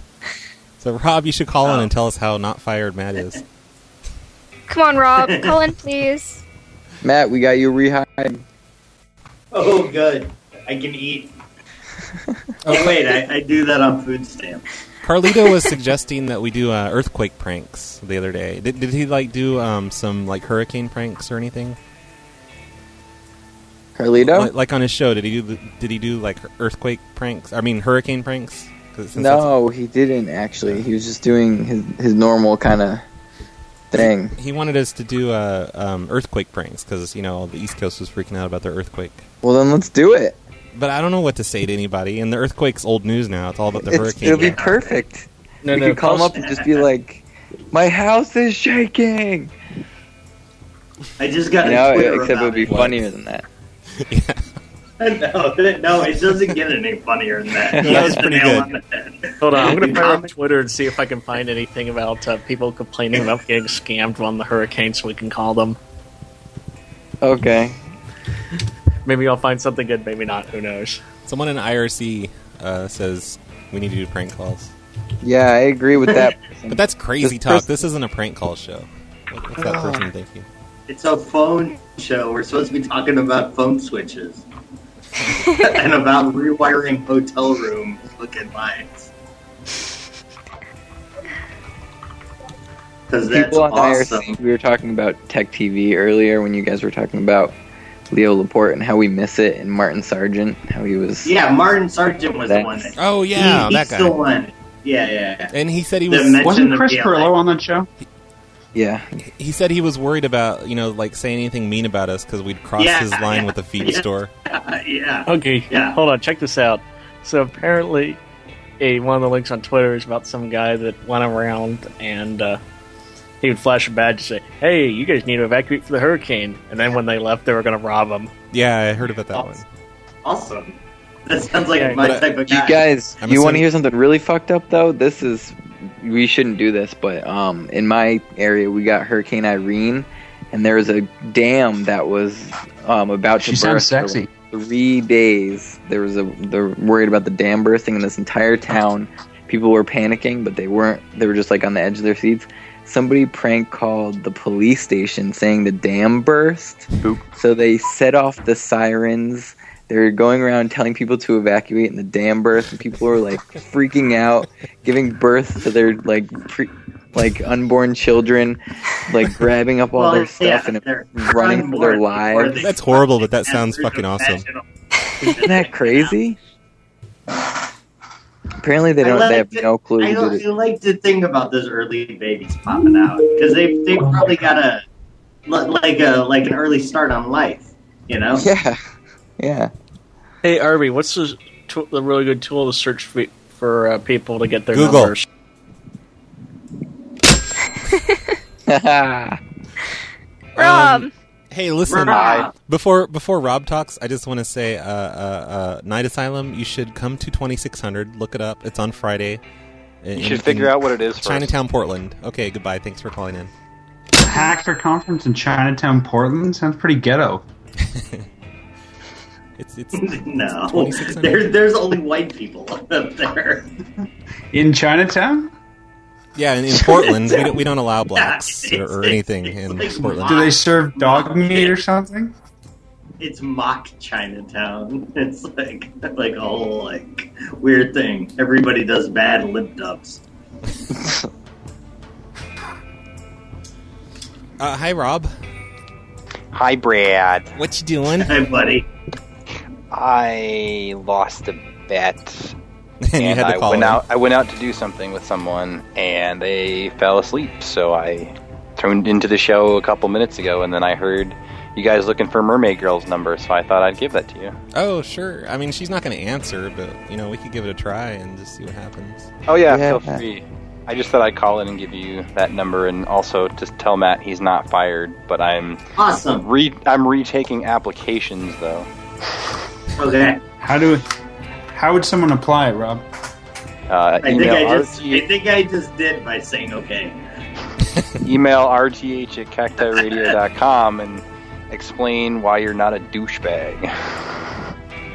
Speaker 9: So, Rob, you should call
Speaker 10: Oh.
Speaker 9: in and tell us how not fired Matt is.
Speaker 12: Come on, Rob. Call in, please.
Speaker 11: Matt, we got you rehired.
Speaker 10: Oh, good. I can eat. oh wait, I, I do that on food stamps.
Speaker 9: Carlito was suggesting that we do uh, earthquake pranks the other day. Did, did he like do um, some like hurricane pranks or anything?
Speaker 11: Carlito?
Speaker 9: like, like on his show, did he do did he do like earthquake pranks? I mean, hurricane pranks. 'Cause since that's-
Speaker 11: No, he didn't actually. He was just doing his, his normal kind of thing.
Speaker 9: he wanted us to do uh, um, earthquake pranks because you know all the East Coast was freaking out about the earthquake.
Speaker 11: Well, then let's do it.
Speaker 9: But I don't know what to say to anybody, and the earthquake's old news now. It's all about the
Speaker 11: It's-
Speaker 9: hurricane.
Speaker 11: it'll be perfect.
Speaker 9: No,
Speaker 11: we
Speaker 9: no,
Speaker 11: could call him
Speaker 9: post-
Speaker 11: up and just be like, "My house is shaking."
Speaker 10: I just got a
Speaker 11: You know,
Speaker 10: Twitter
Speaker 11: except it would
Speaker 10: about
Speaker 11: be
Speaker 10: it.
Speaker 11: funnier than that.
Speaker 10: (laughs) no, that- no, it doesn't get any funnier than
Speaker 9: (laughs)
Speaker 10: that.
Speaker 6: That was pretty
Speaker 10: Nail
Speaker 6: good.
Speaker 10: on the head.
Speaker 6: Hold on, I'm gonna
Speaker 10: You
Speaker 6: fire up
Speaker 10: comment-
Speaker 6: Twitter and see if I can find anything about uh, people complaining about getting scammed on the hurricane, so we can call them.
Speaker 11: Okay.
Speaker 6: Maybe I'll find something good. Maybe not. Who knows?
Speaker 9: Someone in IRC uh, says we need to do prank calls.
Speaker 11: Yeah, I agree with (laughs) that.
Speaker 9: But that's crazy
Speaker 11: This
Speaker 9: talk.
Speaker 11: person-
Speaker 9: This isn't a prank call show. What- What's that
Speaker 11: Oh.
Speaker 9: person thinking?
Speaker 10: It's a phone show. We're supposed to be talking about phone switches and about rewiring hotel room looking lights. Because that's
Speaker 11: People on
Speaker 10: awesome.
Speaker 11: IRC, we were talking about Tech TV earlier when you guys were talking about Leo Laporte and how we miss it, and Martin Sargent, how he was.
Speaker 10: Yeah, Martin Sargent was the
Speaker 11: Thanks.
Speaker 10: one. That,
Speaker 9: Oh, yeah,
Speaker 10: he,
Speaker 9: that
Speaker 10: he's
Speaker 9: guy.
Speaker 10: the one. Yeah, yeah.
Speaker 9: And he said he
Speaker 10: That
Speaker 9: was
Speaker 10: mentioned the PLA.
Speaker 7: on that show?
Speaker 11: Yeah.
Speaker 9: He said he was worried about you know like saying anything mean about us because we'd crossed
Speaker 6: Yeah,
Speaker 9: his line
Speaker 6: yeah,
Speaker 9: with a feed
Speaker 6: yeah.
Speaker 11: (laughs)
Speaker 9: store.
Speaker 10: (laughs) yeah.
Speaker 6: Okay.
Speaker 10: Yeah.
Speaker 6: Hold on. Check this out. So apparently, a one of the links on Twitter is about some guy that went around and uh, he would flash a badge and say, "Hey, you guys need to evacuate for the hurricane." And then when they left, they were going to rob him.
Speaker 9: Yeah, I heard about that one.
Speaker 10: Awesome. That sounds like my
Speaker 11: But, uh,
Speaker 10: type of guy.
Speaker 11: You guys,
Speaker 10: I'm
Speaker 11: you want to
Speaker 10: assuming-
Speaker 11: hear something really fucked up though? This is we shouldn't do this, but um, in my area we got Hurricane Irene, and there was a dam that was um about to
Speaker 7: She sounds
Speaker 11: burst. for,
Speaker 7: sexy.
Speaker 11: like, three days there was a they're worried about the dam bursting in this entire town. People were panicking, but they weren't. They were just like on the edge of their seats. Somebody prank called the police station saying the dam burst. So they set off the sirens. They were going around telling people to evacuate in the dam birth, and people were like freaking out, giving birth to their like pre- like unborn children, like grabbing up all
Speaker 10: Well,
Speaker 11: their stuff
Speaker 10: yeah, they're
Speaker 11: and running for their
Speaker 10: unborn before
Speaker 11: lives.
Speaker 10: they-
Speaker 9: That's horrible, but that sounds fucking awesome.
Speaker 11: Isn't that crazy? Apparently, they
Speaker 10: I
Speaker 11: don't.
Speaker 10: like
Speaker 11: they have
Speaker 10: to-
Speaker 11: no clue
Speaker 10: I,
Speaker 11: who
Speaker 10: don't,
Speaker 11: did
Speaker 10: I
Speaker 11: it.
Speaker 10: like to think about those early babies popping out because they they probably got a li- like a like an early start on life, you know.
Speaker 11: Yeah, yeah.
Speaker 6: Hey, Arby, what's the tool the really good tool to search for, for uh, people to get their
Speaker 9: Google.
Speaker 6: numbers? (laughs)
Speaker 9: (laughs)
Speaker 13: Um,
Speaker 12: Rob.
Speaker 9: Um, Hey, listen.
Speaker 12: Rob.
Speaker 9: Before before Rob talks, I just want to say, uh, uh, uh, Night Asylum. You should come to twenty six hundred. Look it up. It's on Friday. In-
Speaker 13: You should figure out what it is first.
Speaker 9: Chinatown, Portland. Okay, goodbye. Thanks for calling in.
Speaker 7: Hacker conference in Chinatown, Portland sounds pretty ghetto.
Speaker 9: (laughs) it's it's
Speaker 10: (laughs) no, there, there's only white people (laughs) up there.
Speaker 7: in Chinatown.
Speaker 9: Yeah, in, in Portland, we don't, we don't allow blacks or, or anything in Portland.
Speaker 7: Do they serve dog meat or something?
Speaker 10: It's mock Chinatown. (laughs) It's like like a whole like weird thing. Everybody does bad lip dubs.
Speaker 9: Uh, hi, Rob.
Speaker 13: Hi, Brad.
Speaker 9: What you doing?
Speaker 10: Hi, buddy.
Speaker 13: I lost a
Speaker 1: (laughs)
Speaker 13: bet,
Speaker 9: and, you had to
Speaker 13: I
Speaker 9: call
Speaker 13: went
Speaker 9: in.
Speaker 13: out. I went out to do something with someone, and they fell asleep. So I tuned into the show a couple minutes ago, and then I heard you guys looking for Mermaid Girl's number. So I thought I'd give that to you.
Speaker 9: Oh, sure. I mean, she's not going to answer, but you know, we could give it a try and just see what happens.
Speaker 13: Oh yeah, feel free. I just thought I'd call in and give you that number, and also to tell Matt he's not fired, but I'm
Speaker 10: Awesome.
Speaker 13: Re- I'm retaking applications though.
Speaker 10: (laughs) Okay.
Speaker 7: How do? How would someone apply, Rob?
Speaker 13: Uh,
Speaker 10: I think
Speaker 13: email
Speaker 10: I
Speaker 13: R-
Speaker 10: just I think I just did by saying okay.
Speaker 13: (laughs) email rgh at cactiradio.com and explain why you're not a douchebag. (laughs)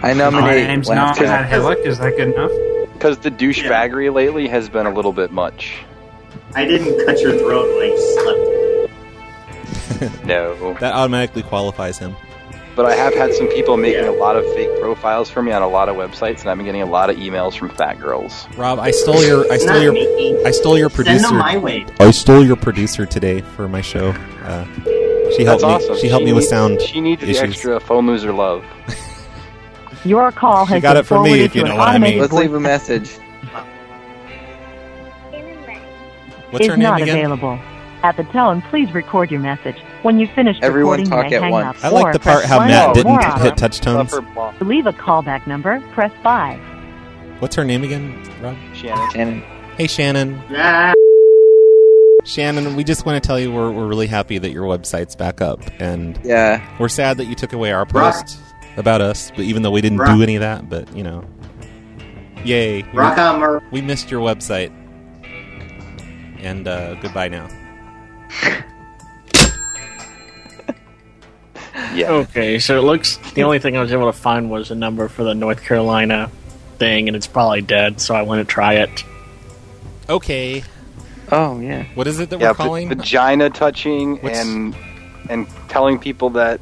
Speaker 11: I nominate.
Speaker 13: My name's not
Speaker 11: Laugh-
Speaker 13: Matt Hillock.
Speaker 7: Is that good enough?
Speaker 13: Because the douchebaggery lately has been a little bit much.
Speaker 10: I didn't cut your throat when I slept.
Speaker 13: No.
Speaker 9: That automatically qualifies him.
Speaker 13: But I have had some people making a lot of fake profiles for me on a lot of websites, and I've been getting a lot of emails from fat girls.
Speaker 9: Rob, I stole your, I stole your, I stole your
Speaker 13: Send them
Speaker 9: producer.
Speaker 13: my way.
Speaker 9: I stole your producer today for my show. Uh, she
Speaker 13: That's
Speaker 9: helped me.
Speaker 13: awesome.
Speaker 9: She helped me with
Speaker 13: needs-
Speaker 9: sound.
Speaker 13: She needs
Speaker 9: issues.
Speaker 13: the extra phone loser love.
Speaker 3: Your call has
Speaker 9: You got
Speaker 3: been
Speaker 9: it from me,
Speaker 3: forwarded
Speaker 9: if you
Speaker 3: to
Speaker 9: know
Speaker 3: an
Speaker 9: what I mean.
Speaker 3: automated
Speaker 11: Let's
Speaker 3: voice
Speaker 11: leave a message.
Speaker 9: What's
Speaker 3: is
Speaker 9: her name
Speaker 3: not
Speaker 9: again?
Speaker 3: available. At the tone, please record your message. When you finish
Speaker 11: Everyone
Speaker 3: recording,
Speaker 11: talk
Speaker 3: you may
Speaker 11: at
Speaker 3: hang
Speaker 11: once.
Speaker 3: up
Speaker 9: I like
Speaker 3: or
Speaker 9: the part
Speaker 3: press
Speaker 9: how
Speaker 3: one
Speaker 9: Matt
Speaker 3: or
Speaker 9: didn't
Speaker 3: more
Speaker 9: t- hit
Speaker 3: options.
Speaker 9: touch tones.
Speaker 3: To leave a callback number, press five.
Speaker 9: What's her name again, Rob?
Speaker 13: Shannon.
Speaker 11: Shannon.
Speaker 9: Hey, Shannon.
Speaker 10: Yeah.
Speaker 9: Shannon, we just want to tell you we're, we're really happy that your website's back up, and
Speaker 11: Yeah.
Speaker 9: we're sad that you took away our
Speaker 11: Rock.
Speaker 9: post about us. But even though we didn't
Speaker 11: Rock.
Speaker 9: do any of that, but you know, yay! We-
Speaker 10: Rock on, Mer-
Speaker 9: We missed your website, and uh, goodbye now.
Speaker 13: Yeah.
Speaker 6: Okay, so it looks the only thing I was able to find was a number for the North Carolina thing, and it's probably dead. So I want to try it.
Speaker 9: Okay.
Speaker 11: Oh yeah.
Speaker 9: What is it that
Speaker 13: yeah,
Speaker 9: we're
Speaker 13: va-
Speaker 9: calling?
Speaker 13: vagina touching
Speaker 9: What's-
Speaker 13: and and telling people that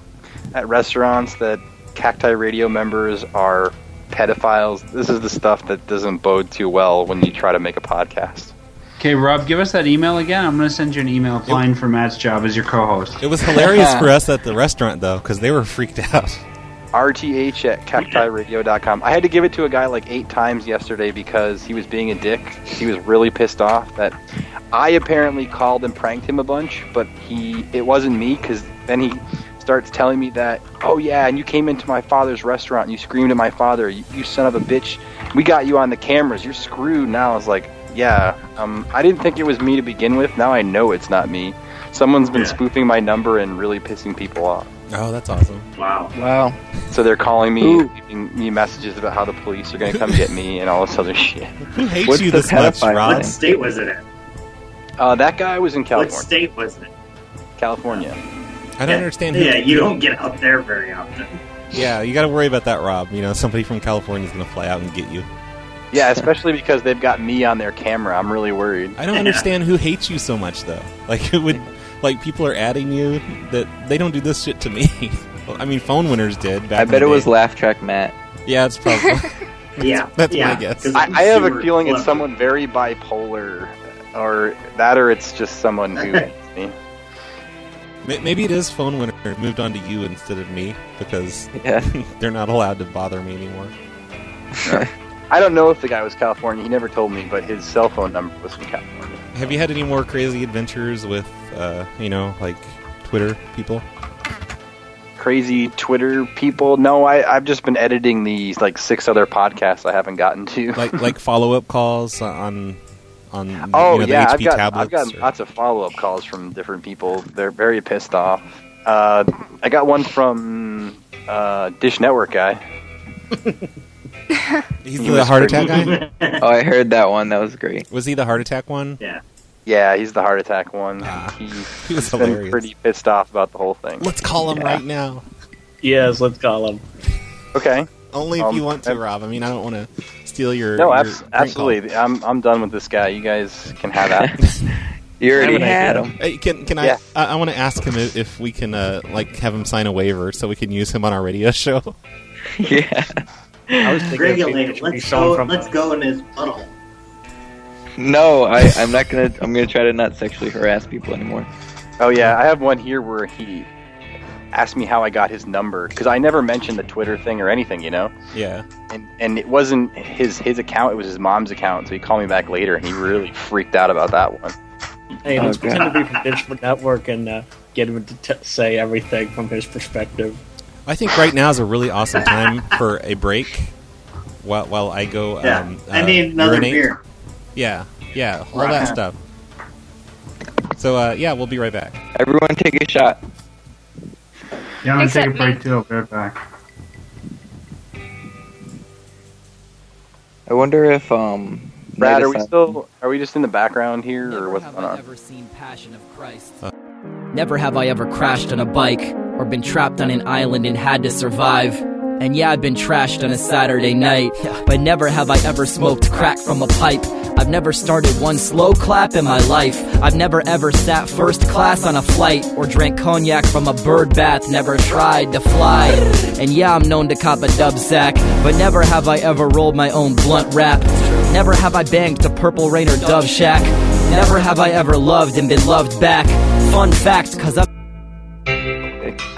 Speaker 13: at restaurants that cacti radio members are pedophiles. This is the stuff that doesn't bode too well when you try to make a podcast.
Speaker 7: Okay, Rob, give us that email again. I'm going to send you an email applying for Matt's job as your co-host.
Speaker 9: It was (laughs) hilarious for us at the restaurant though, because they were freaked out.
Speaker 13: RTH at cactiradio.com. I had to give it to a guy like eight times yesterday because he was being a dick. He was really pissed off that I apparently called and pranked him a bunch, but he it wasn't me because then he starts telling me that, oh yeah, and you came into my father's restaurant and you screamed at my father, you, you son of a bitch. We got you on the cameras. You're screwed now. I was like, yeah, um, I didn't think it was me to begin with. Now I know it's not me. Someone's been spoofing my number and really pissing people off.
Speaker 9: Oh, that's awesome.
Speaker 10: Wow.
Speaker 13: Wow. So they're calling me,
Speaker 9: Ooh.
Speaker 13: leaving me messages about how the police are going to come get me and all this other (laughs) shit.
Speaker 9: Who hates What's you the this much, pedophile? Rob?
Speaker 10: What state was it in?
Speaker 13: Uh, that guy was in California.
Speaker 10: What state was it?
Speaker 13: California.
Speaker 9: I don't understand. who-
Speaker 10: Yeah, you don't get out there very often.
Speaker 9: Yeah, you got to worry about that, Rob. You know, somebody from California's going to fly out and get you.
Speaker 13: Yeah, especially because they've got me on their camera. I'm really worried.
Speaker 9: I don't understand who hates you so much though. Like it would, like people are adding you that they don't do this shit to me. (laughs) Well, I mean, phone winners did. Back
Speaker 11: I
Speaker 9: in
Speaker 11: bet
Speaker 9: the
Speaker 11: it was
Speaker 9: day.
Speaker 11: laugh track Matt.
Speaker 9: Yeah, it's probably.
Speaker 10: (laughs)
Speaker 11: (laughs)
Speaker 10: Yeah,
Speaker 9: (laughs) that's my guess.
Speaker 13: I, I have a feeling it's someone very bipolar, or that, or it's just someone
Speaker 10: (laughs)
Speaker 13: who hates me.
Speaker 9: May- Maybe it is phone winner moved on to you instead of me because
Speaker 11: Yeah.
Speaker 9: (laughs) they're not allowed to bother me anymore.
Speaker 13: I don't know if the guy was California. He never told me, but his cell phone number was from California.
Speaker 9: (laughs) Have you had any more crazy adventures with, uh, you know, like Twitter
Speaker 11: (laughs)
Speaker 9: people?
Speaker 13: Crazy Twitter people. No, I, I've just been editing these like six other podcasts I haven't gotten to.
Speaker 9: Like
Speaker 13: (laughs)
Speaker 9: like follow up calls on on you
Speaker 13: oh
Speaker 9: know, the
Speaker 13: yeah,
Speaker 9: HP
Speaker 13: I've got
Speaker 9: tablets.
Speaker 13: I've got lots of follow up calls from different people. They're very pissed off. Uh, I got one from uh, Dish Network
Speaker 11: (laughs)
Speaker 13: guy.
Speaker 9: He's
Speaker 13: He
Speaker 9: the
Speaker 13: was
Speaker 9: heart
Speaker 13: pretty-
Speaker 9: attack guy.
Speaker 13: (laughs)
Speaker 11: oh, I heard that one. That was great.
Speaker 9: Was he the heart attack one? Ah.
Speaker 10: Yeah.
Speaker 13: Yeah, he's the heart attack one. he,
Speaker 9: (laughs) he was
Speaker 13: has been
Speaker 9: hilarious.
Speaker 13: pretty pissed off about the whole thing.
Speaker 9: Let's call him right now.
Speaker 6: Yes, let's call him.
Speaker 13: Okay.
Speaker 9: Only if
Speaker 13: Um,
Speaker 9: you want to, Rob. I mean, I don't want to steal your.
Speaker 13: No,
Speaker 9: your
Speaker 13: abs-
Speaker 9: drink
Speaker 13: absolutely. I'm I'm done with this guy. You guys can have
Speaker 6: (laughs)
Speaker 13: that.
Speaker 11: you
Speaker 9: already had him. Hey, can can I?
Speaker 13: Yeah.
Speaker 9: I, I want to ask him i- if we can uh, like have him sign a waiver so we can use him on our radio (laughs) show.
Speaker 11: yeah.
Speaker 6: I was thinking it'd be-
Speaker 10: Regulate.
Speaker 6: it should be
Speaker 10: Let's
Speaker 6: someone
Speaker 10: go.
Speaker 6: from-
Speaker 10: Let's go in his puddle.
Speaker 11: No, I, I'm not gonna. I'm gonna try to not sexually harass people anymore.
Speaker 13: Oh yeah, I have one here where he asked me how I got his number because I never mentioned the Twitter thing or anything, you know.
Speaker 9: Yeah.
Speaker 13: And and it wasn't his his account; it was his mom's account. So he called me back later, and he
Speaker 6: (laughs)
Speaker 13: really freaked out about that one.
Speaker 6: Hey, let's
Speaker 13: Oh,
Speaker 6: pretend to
Speaker 13: God.
Speaker 6: be from Digital Network and uh, get him to t- say everything from his perspective.
Speaker 9: I think right now is a really awesome time for a break. While while I go.
Speaker 10: Yeah.
Speaker 9: Um,
Speaker 10: I
Speaker 9: uh,
Speaker 10: need another
Speaker 9: urinate.
Speaker 10: beer.
Speaker 9: Yeah. Yeah. All that
Speaker 11: Right.
Speaker 9: stuff. So uh, yeah, we'll be right back.
Speaker 11: Everyone, take a shot.
Speaker 7: (laughs) Yeah, I'm gonna
Speaker 11: Except
Speaker 7: take a break too. I'll be right back.
Speaker 11: I wonder if um.
Speaker 13: Brad, are we
Speaker 11: Nidus-
Speaker 13: still are we just in the background here, or what's going on?
Speaker 14: Never have I ever crashed on a bike or been trapped on an island and had to survive. And yeah, I've been trashed on a Saturday night, but never have I ever smoked crack from a pipe. I've never started one slow clap in my life. I've never ever sat first class on a flight or drank cognac from a bird bath, never tried to fly. And yeah, I'm known to cop a dub sack, but never have I ever rolled my own blunt wrap. Never have I banged the Purple Rain or Dove Shack. Never have I ever loved and been loved back. Fun fact, cause I'm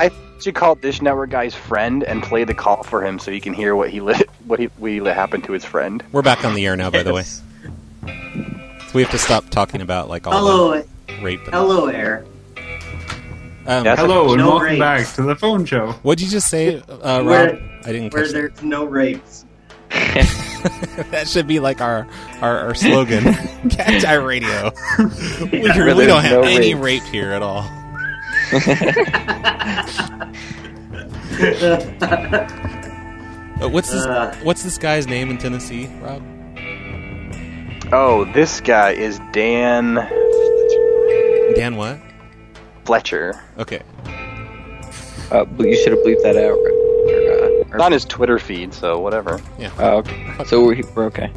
Speaker 13: I should call Dish Network guy's friend and play the call for him so he can hear what he li- (laughs) what he we li- happened to his friend.
Speaker 9: We're back on the air now, by the way. So we have to stop talking about like all
Speaker 10: Hello.
Speaker 9: the rape. and-
Speaker 10: Hello, air.
Speaker 9: Um,
Speaker 7: Hello and
Speaker 10: No
Speaker 7: welcome
Speaker 10: rates.
Speaker 7: back to the phone show.
Speaker 9: What'd you just say, uh,
Speaker 10: Where-
Speaker 9: Rob? I didn't
Speaker 10: Where
Speaker 9: catch that.
Speaker 10: there's no rapes.
Speaker 9: (laughs) that should be like our our, our slogan.
Speaker 10: (laughs)
Speaker 9: Cacti Radio. we
Speaker 10: Yeah,
Speaker 9: really
Speaker 10: there's
Speaker 9: don't
Speaker 10: no
Speaker 9: have any
Speaker 10: rape.
Speaker 9: rape here
Speaker 10: (laughs)
Speaker 9: at all. Uh, what's this?
Speaker 13: Uh.
Speaker 9: what's this guy's name in Tennessee, Rob?
Speaker 13: Oh, this guy is Dan.
Speaker 9: Dan what?
Speaker 13: Fletcher.
Speaker 9: Okay.
Speaker 11: Uh, ble- you should have bleeped that out. Or, uh, or-
Speaker 13: It's on his Twitter feed, so whatever.
Speaker 9: Yeah.
Speaker 11: Oh, okay. So we're, we're okay.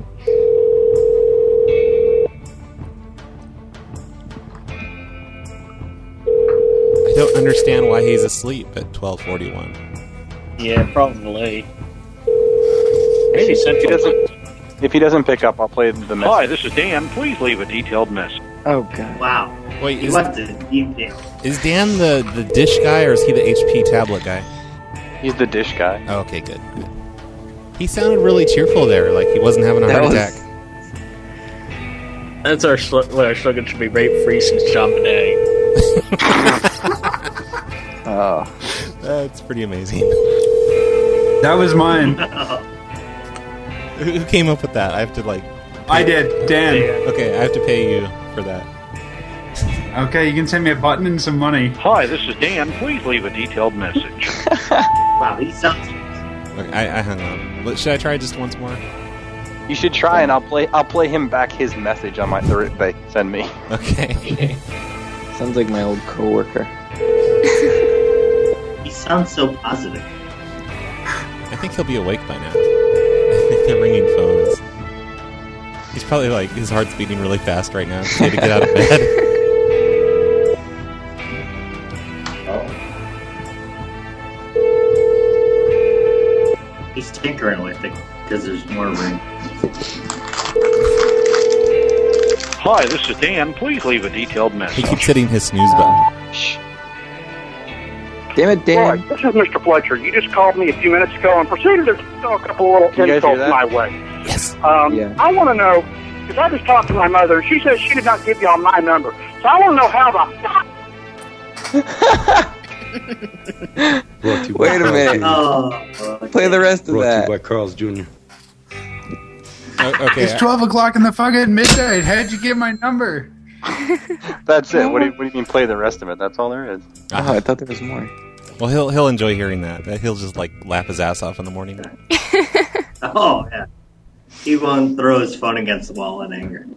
Speaker 9: I don't understand why he's asleep at twelve forty one.
Speaker 6: Yeah, probably. Maybe
Speaker 13: If he
Speaker 6: Central.
Speaker 13: doesn't, if he doesn't pick up, I'll play the message.
Speaker 15: Hi, this is Dan. Please leave a detailed message.
Speaker 11: Oh god.
Speaker 10: Wow.
Speaker 9: Wait,
Speaker 10: he
Speaker 9: is-
Speaker 10: left a deep down.
Speaker 9: Is Dan the the dish guy or is he the HP tablet guy?
Speaker 13: He's the dish guy.
Speaker 9: Oh, okay, good. good. He sounded really cheerful there, like he wasn't having a
Speaker 6: That
Speaker 9: heart
Speaker 6: was-
Speaker 9: attack.
Speaker 6: That's our, sl- well, our slogan should be rape free since Chaminade.
Speaker 13: oh.
Speaker 9: That's pretty amazing.
Speaker 7: That was mine.
Speaker 10: (laughs) Oh,
Speaker 9: Who who came up with that? I have to like.
Speaker 7: I did. Dan.
Speaker 9: Okay, I have to pay you for that.
Speaker 7: Okay, you can send me a button and some money.
Speaker 15: Hi, this is Dan. Please leave a detailed
Speaker 7: (laughs)
Speaker 15: message.
Speaker 10: wow, he sounds.
Speaker 9: Okay, I, I hung up. Let- Should I try just once more?
Speaker 13: You should try, and I'll play. I'll play him back his message on my third they send me. (laughs)
Speaker 9: Okay.
Speaker 11: Sounds like my old coworker.
Speaker 10: He sounds so positive.
Speaker 9: I think he'll be awake by now. (laughs) I think they're ringing phones. He's probably like his heart's beating really fast right now. He had to get out of bed.
Speaker 10: He's tinkering with it because there's more room.
Speaker 15: Hi, this is Dan. Please leave a detailed
Speaker 9: He
Speaker 15: message.
Speaker 9: keeps hitting his snooze button.
Speaker 11: Damn it,
Speaker 16: Dan. this is Mr. Fletcher. You just called me a few minutes ago and proceeded to throw a couple little
Speaker 11: You guys hear
Speaker 16: insults
Speaker 11: that?
Speaker 16: my way.
Speaker 11: Yes.
Speaker 16: Um,
Speaker 11: Yeah.
Speaker 16: I want to know, because I just talked to my mother, and she says she did not give y'all my number. So I want to know how the fuck
Speaker 11: Wait a minute.
Speaker 10: Oh.
Speaker 7: Oh,
Speaker 11: Play the rest of that.
Speaker 17: by Carl's Jr.
Speaker 9: okay.
Speaker 7: It's 12 o'clock in the fucking midnight. How'd you get my number?
Speaker 13: That's it. What do, you, what do you mean? Play the rest of it. That's all there is.
Speaker 11: Oh, I thought there was more.
Speaker 9: Ah. Well, he'll he'll enjoy hearing that. That He'll just like lap his ass off in the morning.
Speaker 10: (laughs) Oh, yeah. He won't throw his phone against the wall in anger.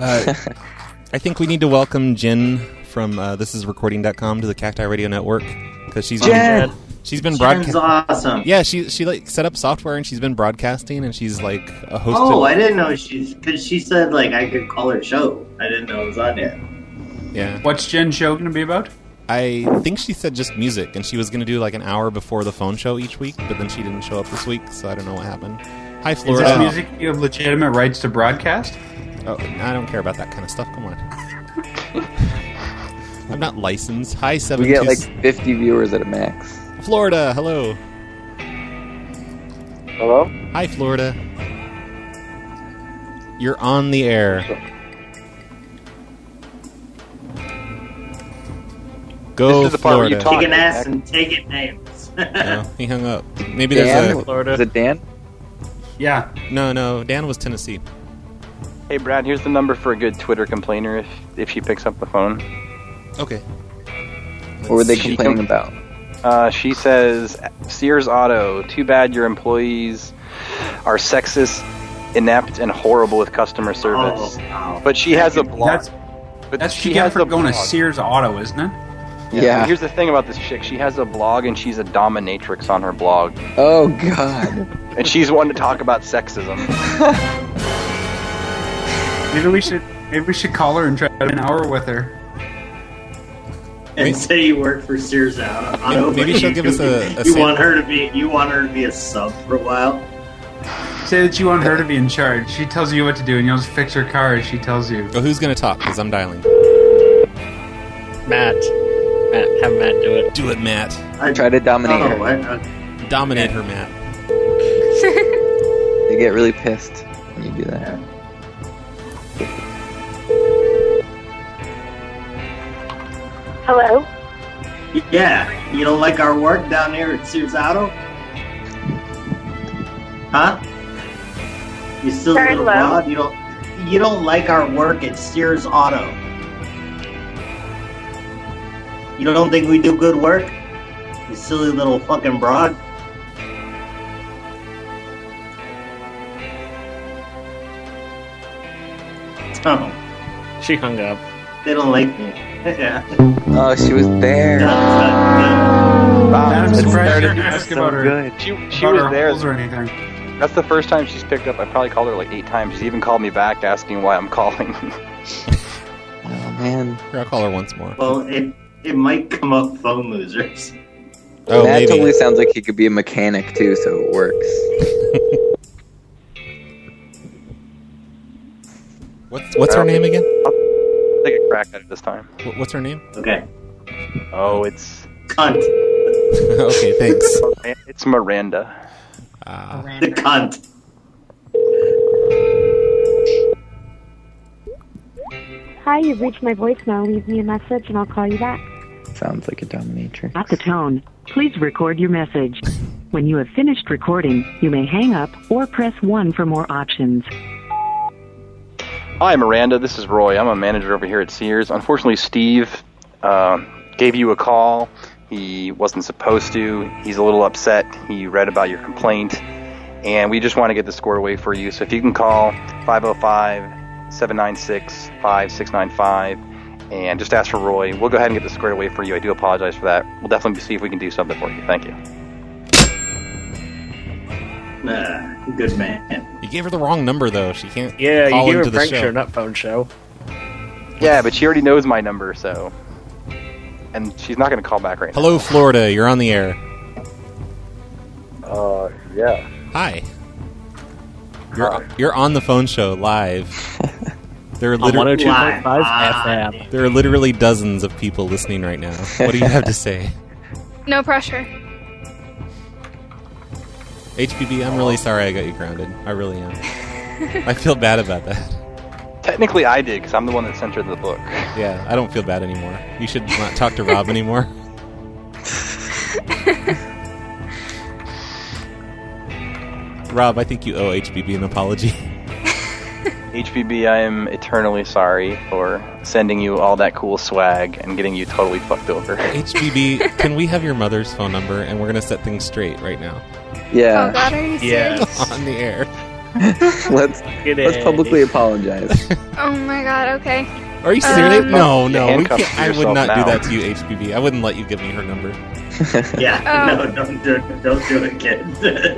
Speaker 9: Uh, (laughs) I think we need to welcome Jen from uh, this is recording.com to the Cacti Radio Network because she's
Speaker 10: Jen!
Speaker 9: been, she's been
Speaker 10: Jen's
Speaker 9: broadcasting.
Speaker 10: awesome.
Speaker 9: Yeah, she she like set up software and she's been broadcasting and she's like a host.
Speaker 10: Oh, I didn't know she's because she said like I could call her show. I didn't know it was on there.
Speaker 9: Yeah.
Speaker 7: What's Jen's show going to be about?
Speaker 9: I think she said just music, and she was going to do like an hour before the phone show each week, but then she didn't show up this week, so I don't know what happened. Hi, Florida.
Speaker 7: Is this music you have legitimate rights to broadcast?
Speaker 9: Oh, I don't care about that kind of stuff. Come on. I'm not licensed. Hi, seven.
Speaker 11: We get like 50 viewers at a max.
Speaker 9: Florida. Hello.
Speaker 11: Hello?
Speaker 9: Hi, Florida. You're on the air. Go,
Speaker 13: This is the part where
Speaker 9: Florida.
Speaker 13: you
Speaker 10: Take an ass and take it names.
Speaker 9: No, he hung up. Maybe
Speaker 11: Dan?
Speaker 9: there's a
Speaker 11: Florida. Is it Dan?
Speaker 7: Yeah.
Speaker 9: No, no. Dan was Tennessee.
Speaker 13: Hey, Brad. Here's the number for a good Twitter complainer if if she picks up the phone.
Speaker 9: Okay.
Speaker 11: What were they
Speaker 13: She com-
Speaker 11: complaining about?
Speaker 13: Uh, she says, Sears Auto, too bad your employees are sexist, inept, and horrible with customer service.
Speaker 7: Oh, wow.
Speaker 13: But she has a blog.
Speaker 7: That's,
Speaker 13: but
Speaker 7: that's
Speaker 13: she
Speaker 7: she got
Speaker 13: has
Speaker 7: for
Speaker 13: a
Speaker 7: going to
Speaker 13: blog.
Speaker 7: Sears Auto, isn't it?
Speaker 13: but Here's the thing about this chick. She has a blog and she's a dominatrix on her blog.
Speaker 11: Oh, God.
Speaker 13: And she's one to talk about sexism.
Speaker 7: Maybe we should maybe we should call her and try an hour with her.
Speaker 10: and say you work for Sears Auto. Auto,
Speaker 9: Maybe
Speaker 10: but
Speaker 9: she'll
Speaker 10: you-
Speaker 9: give us a- a
Speaker 10: you want
Speaker 9: sample.
Speaker 10: her to be you want her to be a sub for a while.
Speaker 7: Say that you want her to be in charge. She tells you what to do, and you'll just fix her car as she tells you.
Speaker 9: Oh, who's gonna talk? Because I'm dialing.
Speaker 6: Matt. Matt, have Matt do it.
Speaker 9: Do it, Matt.
Speaker 10: I
Speaker 11: Try to dominate
Speaker 10: Oh,
Speaker 11: her.
Speaker 10: I-
Speaker 9: Dominate her, Matt.
Speaker 11: They get really pissed when you do that.
Speaker 10: Hello. Yeah, you don't like our work down there at Sears Auto? Huh? You still
Speaker 5: Sorry,
Speaker 10: little
Speaker 5: hello?
Speaker 10: broad? You don't you don't like our work at Sears Auto? You don't think we do good work? You silly little fucking broad. (laughs) Oh.
Speaker 6: She hung up.
Speaker 10: They don't like me. (laughs) yeah.
Speaker 11: Oh, she was there.
Speaker 7: I'm surprised
Speaker 11: It
Speaker 7: you
Speaker 11: started
Speaker 7: didn't ask about her.
Speaker 13: She, she
Speaker 7: about
Speaker 13: was
Speaker 7: her
Speaker 13: there.
Speaker 7: holes or anything.
Speaker 13: That's the first time she's picked up. I probably called her like eight times. She's even called me back asking why I'm calling.
Speaker 11: Oh, man.
Speaker 9: Here, I'll call her once more.
Speaker 10: Well, it it might come up phone losers.
Speaker 9: Oh,
Speaker 11: Matt
Speaker 9: maybe.
Speaker 11: totally sounds like he could be a mechanic, too, so it works.
Speaker 9: What's what's her name again?
Speaker 13: I'll take a crack at it this time.
Speaker 9: Wh- What's her name?
Speaker 10: Okay.
Speaker 13: Oh, it's
Speaker 10: Cunt.
Speaker 9: (laughs) okay, thanks.
Speaker 13: It's Miranda.
Speaker 10: The cunt.
Speaker 18: (laughs) Hi, you've reached my voicemail. Leave me a message and I'll call you back.
Speaker 11: Sounds like a dominatrix.
Speaker 3: At the tone, please record your message. When you have finished recording, you may hang up or press 1 for more options.
Speaker 13: Hi, Miranda. This is Roy. I'm a manager over here at Sears. Unfortunately, Steve uh, gave you a call. He wasn't supposed to. He's a little upset. He read about your complaint, and we just want to get this squared away for you. So if you can call 505 796 5695 and just ask for Roy, we'll go ahead and get this squared away for you. I do apologize for that. We'll definitely see if we can do something for you. Thank you.
Speaker 10: Nah, good man.
Speaker 9: You gave her the wrong number though. She can't.
Speaker 6: Yeah,
Speaker 9: call
Speaker 6: you gave
Speaker 9: into
Speaker 6: her
Speaker 9: the
Speaker 6: prank
Speaker 9: show.
Speaker 6: show, not phone show.
Speaker 13: Yeah, but she already knows my number, so. And she's not going to call back right
Speaker 9: Hello, Florida. You're on the air.
Speaker 13: now. Uh, yeah.
Speaker 9: Hi. You're you're on the phone show live. There are
Speaker 6: On 102.5
Speaker 9: literally
Speaker 6: FM.
Speaker 9: There
Speaker 6: (laughs)
Speaker 9: are literally dozens of people listening right now. What do you have to say?
Speaker 12: No pressure.
Speaker 9: HPB, I'm really sorry I got you grounded. I really am. I feel bad about that.
Speaker 13: Technically, I did because I'm the one that censored the
Speaker 6: (laughs)
Speaker 13: book.
Speaker 9: Yeah, I don't feel bad anymore. You should not talk to Rob anymore. Rob, I think you owe HBB an apology.
Speaker 13: HBB, I am eternally sorry for sending you all that cool swag and getting you totally fucked over.
Speaker 9: HBB, can we have your mother's phone number and we're going to set things straight right now?
Speaker 11: Yeah.
Speaker 9: Yes. on the air.
Speaker 11: (laughs) let's let's publicly apologize.
Speaker 12: Oh my god, okay.
Speaker 9: (laughs) Are you serious? no, no. We
Speaker 11: handcuffed
Speaker 9: can't, I would
Speaker 11: yourself
Speaker 9: not do
Speaker 11: now.
Speaker 9: that to you, HBB. I wouldn't let you give me her
Speaker 11: (laughs)
Speaker 9: number.
Speaker 6: (laughs) Oh.
Speaker 10: Yeah, no, don't do, don't do it, kid. (laughs)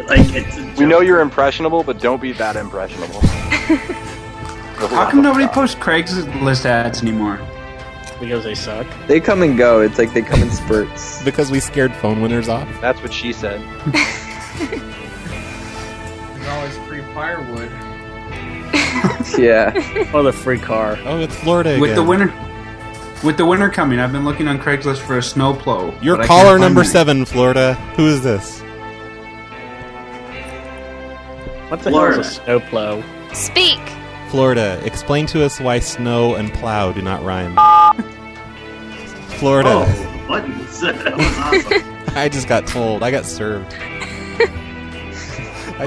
Speaker 10: like it's a
Speaker 13: We know you're impressionable, but don't be that impressionable.
Speaker 7: How come nobody posts Craigslist ads anymore?
Speaker 6: Because they suck.
Speaker 11: They come and go. It's like they come in spurts.
Speaker 9: Because we scared phone winners off.
Speaker 13: That's what she
Speaker 6: (laughs)
Speaker 13: said.
Speaker 7: There's always free firewood.
Speaker 11: yeah.
Speaker 6: (laughs) Or the free car.
Speaker 9: Oh, it's Florida
Speaker 7: With the winter, with the winter coming, I've been looking on Craigslist for a snowplow.
Speaker 9: Your
Speaker 7: but I
Speaker 9: caller
Speaker 7: can't find
Speaker 9: number
Speaker 7: any.
Speaker 9: seven, Florida. Who is this?
Speaker 6: What the
Speaker 9: Florida.
Speaker 6: hell is a snowplow?
Speaker 12: Speak.
Speaker 9: Florida, explain to us why snow and plow do not
Speaker 11: (laughs)
Speaker 9: rhyme. Florida.
Speaker 10: Oh, buttons. (laughs) that was awesome.
Speaker 9: I just got told. I got served. I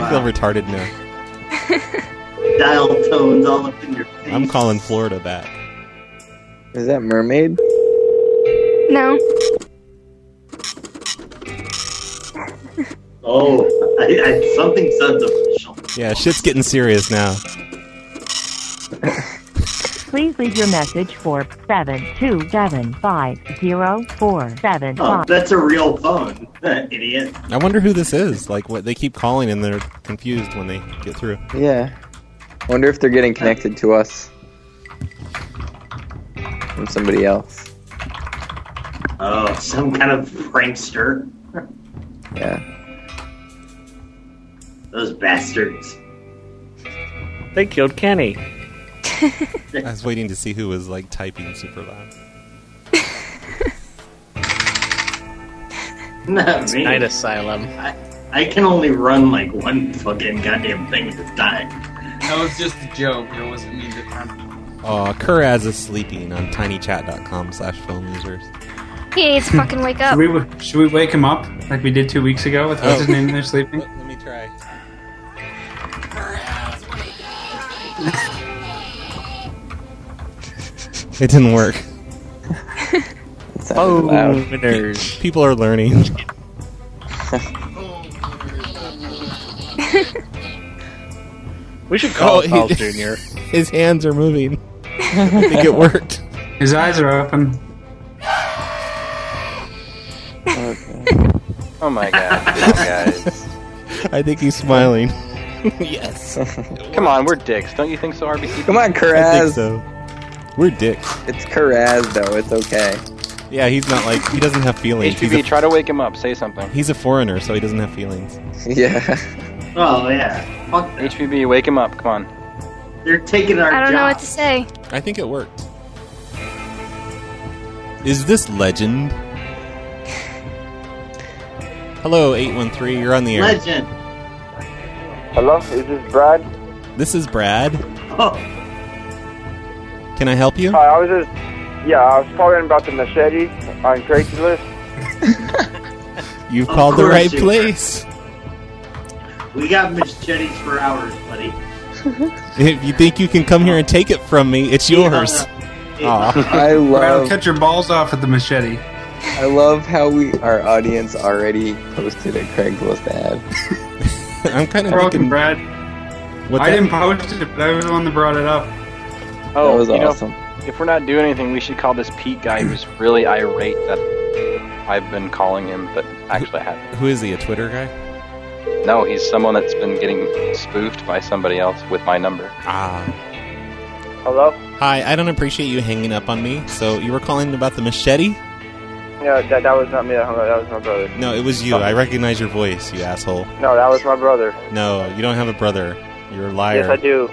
Speaker 9: feel
Speaker 10: Wow.
Speaker 9: retarded now.
Speaker 10: Dial tones all up in your face.
Speaker 9: I'm calling Florida back.
Speaker 11: Is that mermaid?
Speaker 12: No.
Speaker 10: Oh, I, I, something sounds official.
Speaker 9: Yeah, shit's getting serious now.
Speaker 3: Please leave your message for seven two seven five zero four seven
Speaker 10: Oh,
Speaker 3: five.
Speaker 10: that's a real phone, (laughs) idiot.
Speaker 9: I wonder who this is. Like, what they keep calling and they're confused when they get through.
Speaker 11: Yeah. Wonder if they're getting connected to us from somebody else.
Speaker 10: Oh, some kind of prankster.
Speaker 11: Yeah.
Speaker 10: Those bastards.
Speaker 6: They killed Kenny.
Speaker 9: I was waiting to see who was like typing super loud.
Speaker 10: Not me.
Speaker 6: Night Asylum.
Speaker 10: I can only run like one fucking goddamn thing at a time.
Speaker 7: That was just a joke. It wasn't me that time.
Speaker 9: Aw, Kuraz is sleeping on tinychat.com slash phone losers.
Speaker 12: He needs to fucking wake up.
Speaker 7: Should we, w- should we wake him up like we did two weeks ago with what's his
Speaker 9: Oh.
Speaker 7: name? They're sleeping.
Speaker 9: Let me try. It didn't
Speaker 11: (laughs)
Speaker 9: work.
Speaker 11: Phone loud.
Speaker 9: winners. (laughs) People are learning. (laughs)
Speaker 6: We should call
Speaker 9: Oh, he-
Speaker 6: Paul Jr.
Speaker 9: (laughs) His hands are moving.
Speaker 7: (laughs)
Speaker 9: I think it worked.
Speaker 7: His eyes are open.
Speaker 13: Oh my god, these guys.
Speaker 9: I think he's
Speaker 12: (laughs)
Speaker 9: smiling.
Speaker 11: (laughs) yes.
Speaker 13: Come on, we're dicks. Don't you think so, RBC?
Speaker 11: Come on, Karaz.
Speaker 9: I think so. We're dicks.
Speaker 11: It's Karaz though. It's okay.
Speaker 9: Yeah, he's not like he doesn't have feelings. He's
Speaker 13: HPB,
Speaker 9: a,
Speaker 13: try to wake him up. Say something.
Speaker 9: he's a foreigner, so he doesn't have feelings.
Speaker 11: Yeah.
Speaker 10: Oh yeah, fuck.
Speaker 13: HPB, wake him up. Come on.
Speaker 10: They're taking our
Speaker 12: I don't
Speaker 10: job.
Speaker 12: know what to say.
Speaker 9: I think it worked. Is this legend? Hello, eight one three. You're on the air.
Speaker 10: Legend.
Speaker 17: Hello, is this Brad?
Speaker 9: This is Brad.
Speaker 10: Oh,
Speaker 9: Can I help you?
Speaker 17: Hi, I was just, yeah, I was calling about the machete on Craigslist.
Speaker 9: You've
Speaker 10: Of
Speaker 9: called the
Speaker 10: course
Speaker 9: right
Speaker 10: you-
Speaker 9: place.
Speaker 10: we got machetes for hours, buddy.
Speaker 9: If you think you can come here and take it from me, it's yours.
Speaker 10: Uh,
Speaker 11: I love.
Speaker 7: cut your balls off with the machete.
Speaker 11: I love how we our audience already posted a Craigslist ad.
Speaker 9: (laughs) I'm kind
Speaker 7: of broken, Brad.
Speaker 11: What's
Speaker 7: I
Speaker 11: that?
Speaker 7: didn't post it, but I was the one that brought it up.
Speaker 13: Oh,
Speaker 11: was
Speaker 13: you know,
Speaker 11: awesome.
Speaker 13: if we're not doing anything, we should call this Pete guy who's really irate that I've been calling him, but actually I haven't.
Speaker 9: Who is he? A Twitter guy?
Speaker 13: No, he's someone that's been getting spoofed by somebody else with my number.
Speaker 9: Ah.
Speaker 17: Hello?
Speaker 9: Hi, I don't appreciate you hanging up on me. So you were calling about the machete?
Speaker 17: Yeah, that, that was not me. That hung up. That was my brother.
Speaker 9: No, it was you. I recognize your voice, you asshole.
Speaker 17: No, that was my brother.
Speaker 9: No, you don't have a brother. You're a liar.
Speaker 17: Yes, I do.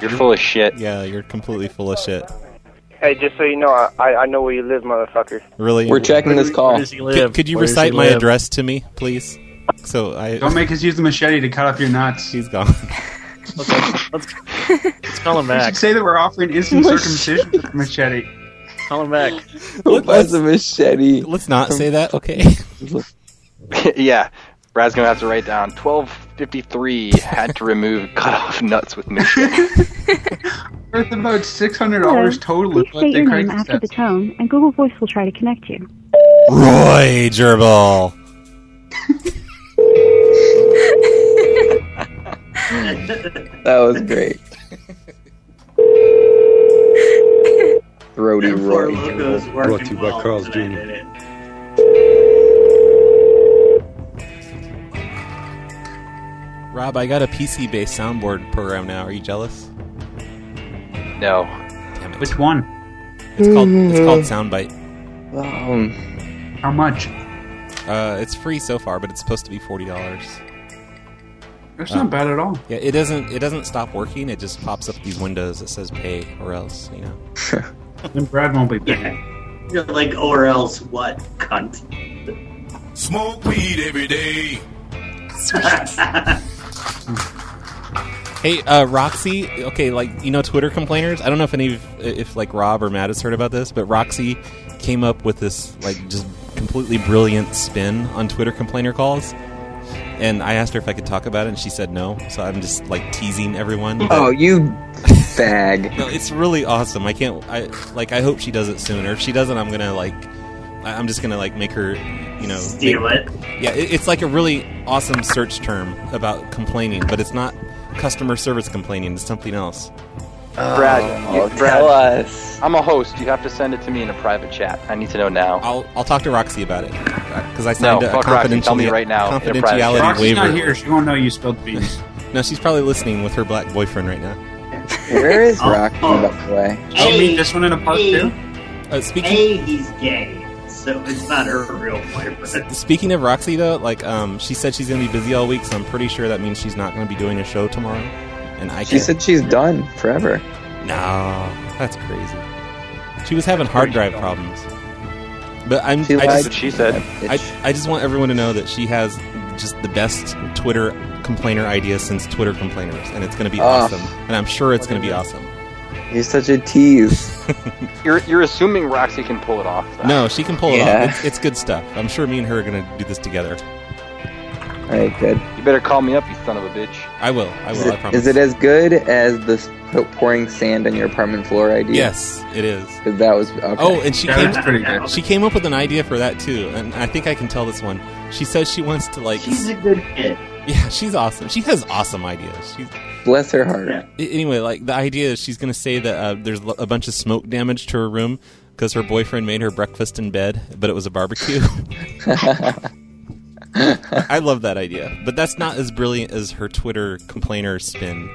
Speaker 13: You're full of shit.
Speaker 9: Yeah, you're completely full of shit.
Speaker 17: Hey, just so you know, I- I, I know where you live, motherfucker.
Speaker 9: Really?
Speaker 11: We're checking this call.
Speaker 9: Could, could you recite my address to me, please? So I
Speaker 7: Don't make us use the machete to cut off your nuts.
Speaker 9: He's
Speaker 7: (laughs)
Speaker 9: gone.
Speaker 7: Let's
Speaker 6: call him back.
Speaker 7: should say that we're offering instant
Speaker 6: Machete.
Speaker 7: circumcision with the machete.
Speaker 6: Call him back.
Speaker 11: Who buys a machete?
Speaker 9: (laughs) Let's not say that. Okay.
Speaker 13: (laughs) yeah, Brad's gonna have to write down 1253 had to remove (laughs) cut off nuts with machete.
Speaker 7: Worth about six hundred dollars total.
Speaker 18: Please
Speaker 7: is what
Speaker 18: state
Speaker 7: they
Speaker 18: your name
Speaker 7: Craigslist
Speaker 18: after the tone, and Google Voice will try to connect you.
Speaker 9: Roy Gerbil.
Speaker 11: That was great. Throaty Roy.
Speaker 2: Brought to you by Carl's Jr.
Speaker 9: Rob, I got a PC based soundboard program now. Are you jealous?
Speaker 13: No.
Speaker 9: Damn it.
Speaker 7: Which one?
Speaker 9: It's called it's
Speaker 7: Mm-hmm.
Speaker 9: called Soundbite.
Speaker 11: Um,
Speaker 7: How much?
Speaker 9: Uh, it's free so far, but it's supposed to be forty dollars.
Speaker 7: That's
Speaker 9: Um,
Speaker 7: not bad at all.
Speaker 9: Yeah, it doesn't it doesn't stop working. It just pops up these windows that says pay or else. You know.
Speaker 7: Then Brad won't be paying.
Speaker 10: You're like, or else what, cunt?
Speaker 4: Smoke weed every day.
Speaker 9: Hey, uh, Roxy. Okay, like you know, Twitter complainers. I don't know if any of, if like Rob or Matt has heard about this, but Roxy came up with this like just completely brilliant spin on Twitter complainer calls. And I asked her if I could talk about it, and she said no. So I'm just like teasing everyone.
Speaker 11: Oh, you fag!
Speaker 9: no, it's really awesome. I can't. I like. I hope she does it soon. Or if she doesn't, I'm gonna like. I- I'm just gonna like make her. You know,
Speaker 10: Steal
Speaker 9: make-
Speaker 10: it.
Speaker 9: Yeah, it, it's like a really awesome search term about complaining, but it's not customer service complaining. It's something else.
Speaker 13: Brad, you- Brad,
Speaker 11: Oh, tell us.
Speaker 13: I'm a host. You have to send it to me in a private chat. I need to know now.
Speaker 9: I'll I'll talk to Roxy about it because I
Speaker 13: No,
Speaker 9: signed a
Speaker 13: fuck Roxy.
Speaker 9: confidentiality
Speaker 13: Tell me right now. in a private
Speaker 9: confidentiality
Speaker 13: chat.
Speaker 7: Roxy's
Speaker 9: waiver.
Speaker 7: not here. She won't know you spilled beans.
Speaker 9: (laughs) No, she's probably listening with her black boyfriend right now.
Speaker 11: Where is
Speaker 10: Oh,
Speaker 11: Rocky,
Speaker 10: oh.
Speaker 11: by the way?
Speaker 7: I'll meet this one in a park too.
Speaker 9: Uh, speaking
Speaker 10: A, he's gay, so it's not her real
Speaker 9: (laughs)
Speaker 10: boyfriend.
Speaker 9: Speaking of Roxy, though, like um, she said she's gonna be busy all week, so I'm pretty sure that means she's not gonna be doing a show tomorrow. And I
Speaker 11: She
Speaker 9: can't.
Speaker 11: said she's done forever.
Speaker 9: no, that's crazy. She was having hard drive problems. But I'm.
Speaker 11: She
Speaker 9: I
Speaker 11: lied.
Speaker 9: just,
Speaker 13: She said.
Speaker 9: I, I just want everyone to know that she has just the best Twitter complainer idea since Twitter complainers, and it's gonna be
Speaker 11: Ah.
Speaker 9: awesome. And I'm sure it's gonna be awesome.
Speaker 11: You're such a tease.
Speaker 13: You're, you're assuming Roxy can pull it off. Though.
Speaker 9: (laughs) No, she can pull
Speaker 11: Yeah.
Speaker 9: it off. It's, it's good stuff. I'm sure me and her are gonna do this together.
Speaker 11: All right, good.
Speaker 13: You better call me up, you son of a bitch.
Speaker 9: I will. I
Speaker 11: Is
Speaker 9: will. I
Speaker 11: it,
Speaker 9: promise.
Speaker 11: is it as good as the s- po- pouring sand on your apartment floor idea?
Speaker 9: Yes, it is.
Speaker 11: 'Cause that was okay.
Speaker 9: Oh, and she
Speaker 7: That
Speaker 9: came.
Speaker 7: was pretty good.
Speaker 9: She came up with an idea for that too, and I think I can tell this one. She says she wants to like.
Speaker 10: She's a good kid.
Speaker 9: yeah, she's awesome. She has awesome ideas. She's
Speaker 11: bless her heart.
Speaker 10: Yeah.
Speaker 9: a- anyway like the idea is she's gonna say that uh, there's l- a bunch of smoke damage to her room because her boyfriend made her breakfast in bed, but it was a
Speaker 11: (laughs)
Speaker 9: barbecue. I love that idea, but that's not as brilliant as her Twitter complainer spin.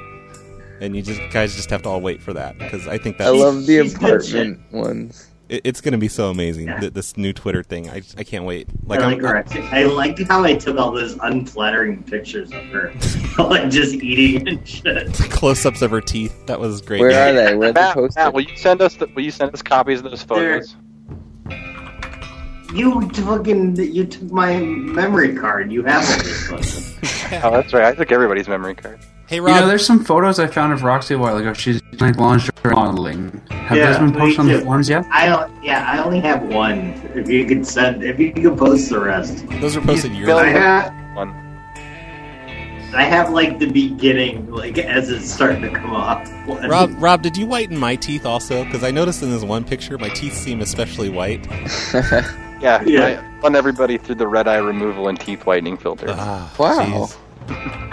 Speaker 9: And you just guys just have to all wait for that because I think
Speaker 11: I
Speaker 9: that's
Speaker 11: love the
Speaker 10: she's good (laughs)
Speaker 11: apartment ones.
Speaker 9: it, it's going to be so amazing
Speaker 10: Yeah.
Speaker 9: that this new Twitter thing. I, I can't wait.
Speaker 10: Like I,
Speaker 9: I'm-
Speaker 10: like Roxy. I liked how I took all those unflattering pictures of her, (laughs) like just eating and shit.
Speaker 9: close-ups of her teeth. That was great.
Speaker 11: Where
Speaker 9: (laughs)
Speaker 11: are they? Where are they
Speaker 13: Matt, Matt,
Speaker 11: posted?
Speaker 13: will you send us the, will you send us copies of those photos?
Speaker 10: You fucking, you took my memory card. You have all this
Speaker 9: (laughs)
Speaker 10: stuff.
Speaker 13: Oh, that's right. I took everybody's memory card.
Speaker 9: Hey
Speaker 7: You
Speaker 9: Rob,
Speaker 7: know, there's some photos I found of Roxy a while ago. She's like lingerie modeling. Have
Speaker 10: Yeah,
Speaker 7: those been
Speaker 10: me
Speaker 7: posted on the
Speaker 10: too.
Speaker 7: forums yet?
Speaker 10: I don't, yeah, I only have one. If you could send, if you could post the rest.
Speaker 9: those were posted years
Speaker 13: Bill-
Speaker 10: I
Speaker 9: ago.
Speaker 10: have,
Speaker 13: One.
Speaker 10: I have like the beginning, like as it's starting to come off.
Speaker 9: Rob, Rob, did you whiten my teeth also? Because I noticed in this one picture, my teeth seem especially
Speaker 11: (laughs)
Speaker 9: white.
Speaker 13: Yeah,
Speaker 9: Yeah.
Speaker 13: I run everybody through the red eye removal and teeth whitening filter.
Speaker 9: Ah.
Speaker 11: Wow.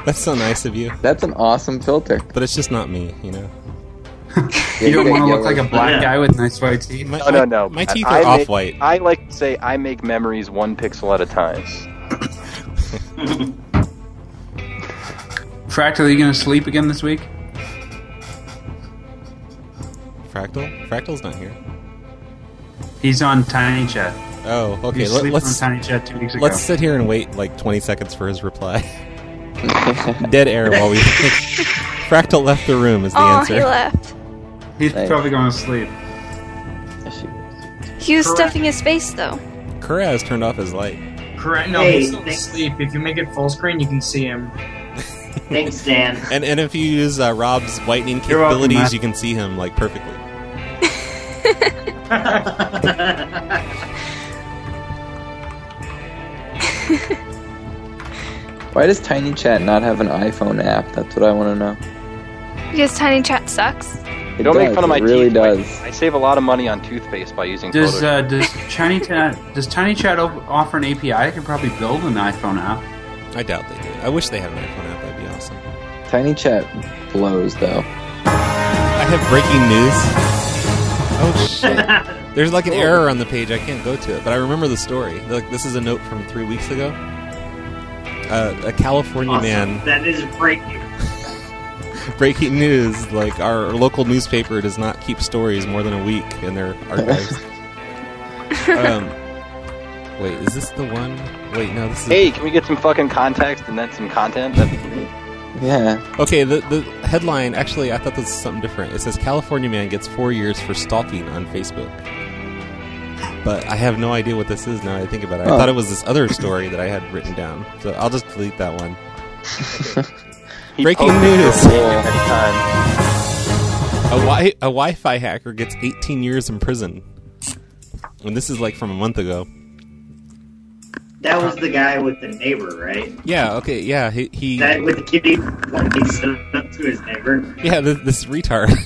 Speaker 9: That's so nice of you.
Speaker 11: That's an awesome filter.
Speaker 9: But it's just not me, you know.
Speaker 7: (laughs) You don't want to look like a black guy with nice white teeth.
Speaker 13: no, no, no.
Speaker 9: my
Speaker 13: I-
Speaker 9: teeth
Speaker 13: I
Speaker 9: are
Speaker 13: make-
Speaker 9: off-white.
Speaker 13: I like to say I make memories one pixel at a
Speaker 10: (laughs)
Speaker 13: time.
Speaker 7: Fractal, are you going to sleep again this week?
Speaker 9: Fractal? Fractal's not here.
Speaker 7: He's on Tiny Chat.
Speaker 9: Oh, okay.
Speaker 7: He was
Speaker 9: let-
Speaker 7: sleeping
Speaker 9: let's
Speaker 7: on Tiny Chat two weeks ago.
Speaker 9: Let's sit here and wait like 20 seconds for his reply. Dead air while we. (laughs) Fractal left the room is the
Speaker 12: Aw,
Speaker 9: answer.
Speaker 12: Oh, he left.
Speaker 7: He's
Speaker 9: Hey.
Speaker 7: probably going to sleep.
Speaker 12: He was stuffing his face though.
Speaker 9: Kura has turned off his light.
Speaker 8: Correct. No,
Speaker 12: Hey,
Speaker 8: he's still asleep. If you make it full screen, you can see him.
Speaker 10: Thanks, Dan.
Speaker 9: And and if you use uh, Rob's whitening
Speaker 8: You're welcome,
Speaker 9: capabilities,
Speaker 8: Matt.
Speaker 9: you can see him like perfectly.
Speaker 11: Why does Tiny Chat not have an iPhone app? That's what I want to know.
Speaker 12: Because tiny chat sucks.
Speaker 11: It
Speaker 13: Don't make
Speaker 11: does,
Speaker 13: fun of my
Speaker 11: it really
Speaker 13: teeth.
Speaker 11: does.
Speaker 13: I save a lot of money on toothpaste by using
Speaker 7: Does
Speaker 13: photos.
Speaker 7: uh,
Speaker 9: (laughs)
Speaker 7: does Tiny Chat does Tiny Chat op- offer an API? I could probably build an iPhone app.
Speaker 9: I doubt they do. I wish they had an iPhone app. That'd be awesome.
Speaker 11: Tiny Chat blows though.
Speaker 9: I have breaking news. Oh shit! There's like an error on the page. I can't go to it, but I remember the story. Like this is a note from three weeks ago. Uh, a California man
Speaker 10: That is breaking.
Speaker 9: (laughs) breaking news like our local newspaper does not keep stories more than a week in their archives um, wait is this the one wait no this is
Speaker 13: hey, can we get some fucking context and then some content? That's-
Speaker 11: yeah
Speaker 9: okay the, the headline actually i thought this was something different it says california man gets four years for stalking on facebook but i have no idea what this is now that i think about it i
Speaker 11: Oh.
Speaker 9: thought it was this other story that i had written down so i'll just delete
Speaker 13: (laughs)
Speaker 9: that one
Speaker 13: posted
Speaker 9: breaking
Speaker 13: it
Speaker 9: news
Speaker 13: ahead of
Speaker 9: A, wi- a Wi-Fi hacker gets 18 years in prison, and this is like from a month ago.
Speaker 10: That was the guy with the neighbor, right?
Speaker 9: Yeah. Okay. Yeah. He. he
Speaker 10: That with the kitty one he set up to his neighbor.
Speaker 9: yeah. This, this retard.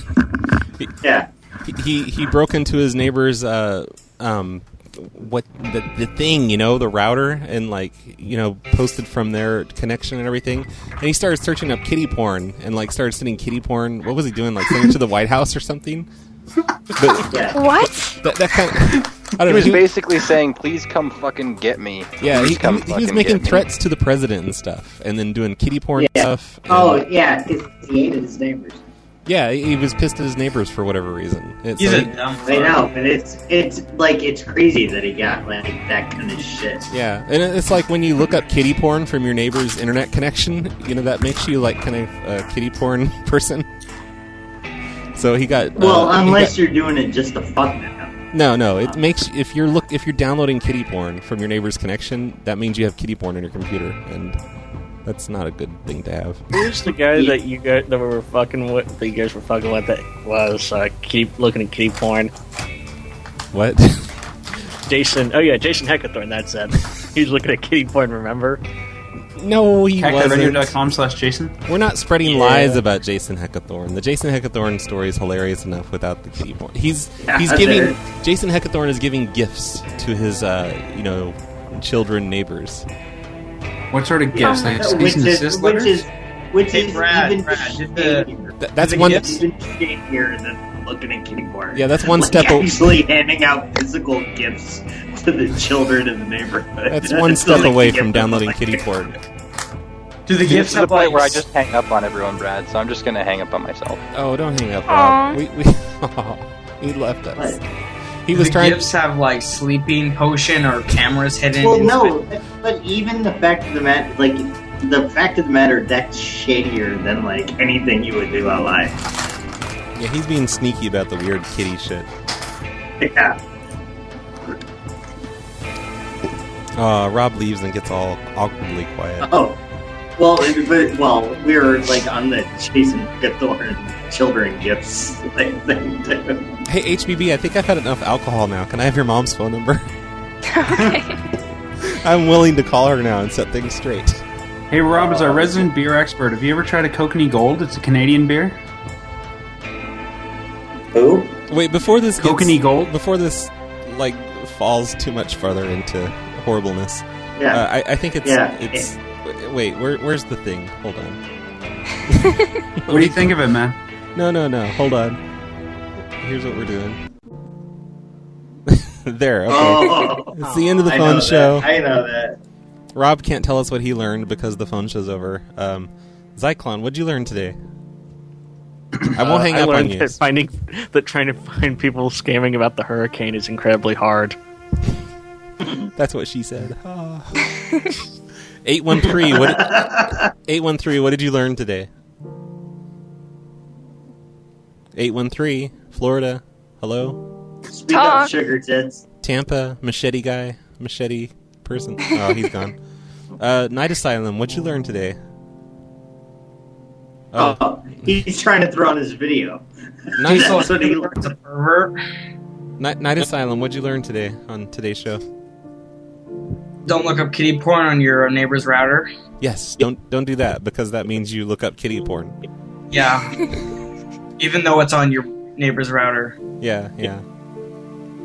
Speaker 9: (laughs) he,
Speaker 10: Yeah.
Speaker 9: He he broke into his neighbor's uh um what the the thing you know the router and like you know posted from their connection and everything and he started searching up kitty porn and like started sending kitty porn what was he doing like sending it to the White House or something but
Speaker 12: What?
Speaker 9: that,
Speaker 13: (laughs)
Speaker 9: that kind of (laughs) I
Speaker 13: he
Speaker 9: don't
Speaker 13: was
Speaker 9: know
Speaker 13: basically saying, "Please come fucking get me."
Speaker 9: Yeah,
Speaker 13: Please
Speaker 9: he,
Speaker 13: come
Speaker 9: he- he was
Speaker 13: fucking
Speaker 9: making
Speaker 13: get me."
Speaker 9: threats to the president and stuff, and then doing kitty porn
Speaker 10: Yeah.
Speaker 9: stuff. and-
Speaker 10: Oh yeah, 'cause he hated his neighbors.
Speaker 9: yeah, he he was pissed at his neighbors for whatever reason. It's
Speaker 10: He's a
Speaker 9: like-
Speaker 10: I know, but it's it's like it's crazy that he got like that kind of shit.
Speaker 9: yeah, and it- it's like when you look up kitty porn from your neighbor's internet connection, you know that makes you like kind of a kitty porn (laughs) person. So he got
Speaker 10: Well,
Speaker 9: uh, he
Speaker 10: unless
Speaker 9: got-
Speaker 10: you're doing it just to fuck them.
Speaker 9: no, no, it makes if you're look if you're downloading kitty porn from your neighbor's connection, that means you have kitty porn on your computer, and that's not a good thing to have.
Speaker 6: Who's the guy that you guys that were fucking with? That you guys were fucking with? That was uh, keep looking at kitty porn.
Speaker 9: What?
Speaker 6: (laughs) Jason. Oh yeah, Jason Heckathorn. That's it. He was looking at kitty porn. Remember?
Speaker 9: (laughs) No, he wasn't.
Speaker 7: com slash Jason.
Speaker 9: We're not spreading
Speaker 6: Yeah.
Speaker 9: lies about Jason Heckathorn. The Jason Heckathorn story is hilarious enough without the kitty porn.
Speaker 7: (laughs)
Speaker 9: He's
Speaker 6: Yeah,
Speaker 9: he's
Speaker 6: I
Speaker 9: giving
Speaker 6: bet.
Speaker 9: Jason Heckathorn is giving gifts to his uh, you know children neighbors.
Speaker 7: What sort of
Speaker 9: gifts?
Speaker 7: Like
Speaker 10: Um, Which is which is which is
Speaker 8: Brad,
Speaker 10: even
Speaker 8: Brad, did the-
Speaker 10: shadier.
Speaker 9: Th- that's did the one- gifts-
Speaker 10: uh, even shadier than looking at kitty porn.
Speaker 9: Yeah, that's one
Speaker 10: Like,
Speaker 9: step o-
Speaker 10: Actually, handing out physical gifts to the children in the neighborhood.
Speaker 9: That's
Speaker 10: (laughs)
Speaker 9: one
Speaker 10: It's
Speaker 9: step
Speaker 10: like
Speaker 9: away
Speaker 10: gift
Speaker 9: from
Speaker 10: them,
Speaker 9: downloading
Speaker 10: like, (laughs)
Speaker 9: kitty porn.
Speaker 7: Do the
Speaker 13: See, this
Speaker 7: gifts
Speaker 13: is the
Speaker 7: have,
Speaker 13: point
Speaker 7: like,
Speaker 13: where I
Speaker 7: s-
Speaker 13: just hang up on everyone, Brad. So I'm just gonna hang up on myself.
Speaker 9: Oh, don't hang up. Rob.
Speaker 13: Aw.
Speaker 9: We (laughs) we he left us. He
Speaker 8: Do
Speaker 9: was
Speaker 8: the
Speaker 9: trying-
Speaker 8: Gifts have like sleeping potion or cameras hidden.
Speaker 10: Well,
Speaker 8: inside?
Speaker 10: no, but even the fact of the matter, like the fact of the matter, that's shadier than like anything you would do online.
Speaker 9: Yeah, he's being sneaky about the weird kitty shit.
Speaker 10: Yeah.
Speaker 9: Uh, Rob leaves and gets all awkwardly quiet.
Speaker 10: Oh. Well, it- but, well, we were like on the Jason Heckathorn children gifts (laughs) like, thing too.
Speaker 9: Hey HBB, I think I've had enough alcohol now. Can I have your mom's phone (laughs) number? I'm willing to call her now and set things straight.
Speaker 7: Hey, Rob is our resident beer expert. Have you ever tried a Kokanee Gold? It's a
Speaker 9: (laughs)
Speaker 7: Canadian beer.
Speaker 10: Who?
Speaker 9: Wait, before this gets,
Speaker 7: Kokanee Gold?
Speaker 9: Before this, like, falls too much farther into horribleness.
Speaker 10: Yeah.
Speaker 9: Uh, I, I think it's.
Speaker 10: Yeah.
Speaker 9: it's w- Wait, where, where's the thing? Hold on.
Speaker 7: what do you think of it, man?
Speaker 9: No, no, no. Hold on. Here's what we're doing. (laughs) there. Okay.
Speaker 10: Oh.
Speaker 9: it's the end of the
Speaker 10: I
Speaker 9: phone
Speaker 10: know that.
Speaker 9: show.
Speaker 10: I know that.
Speaker 9: Rob can't tell us what he learned because the phone show's over. Um, Zyklon, what'd you
Speaker 10: (clears throat)
Speaker 9: learn today? I
Speaker 6: Uh,
Speaker 9: won't hang
Speaker 6: I
Speaker 9: up on
Speaker 6: learned
Speaker 9: you.
Speaker 6: That finding that trying to find people scamming about the hurricane is incredibly hard.
Speaker 9: That's what she said. Eight one three. What? Eight one three. What did you learn today? Eight one three. Florida. Hello.
Speaker 10: Speak up, sugar tits.
Speaker 9: Tampa. Machete guy. Machete person. Oh, he's gone. Uh, Night Asylum. What you learn today?
Speaker 10: Oh, he's trying to throw on his video. (laughs)
Speaker 9: Nice.
Speaker 10: That's what he learns a pervert.
Speaker 9: Night, Night Asylum. What'd you learn today on today's show?
Speaker 19: Don't look up kitty porn on your neighbor's router.
Speaker 9: Yes. Don't don't do that because that means you look up kitty porn.
Speaker 10: (laughs)
Speaker 19: Yeah. Even though it's on your neighbor's router.
Speaker 9: Yeah. Yeah.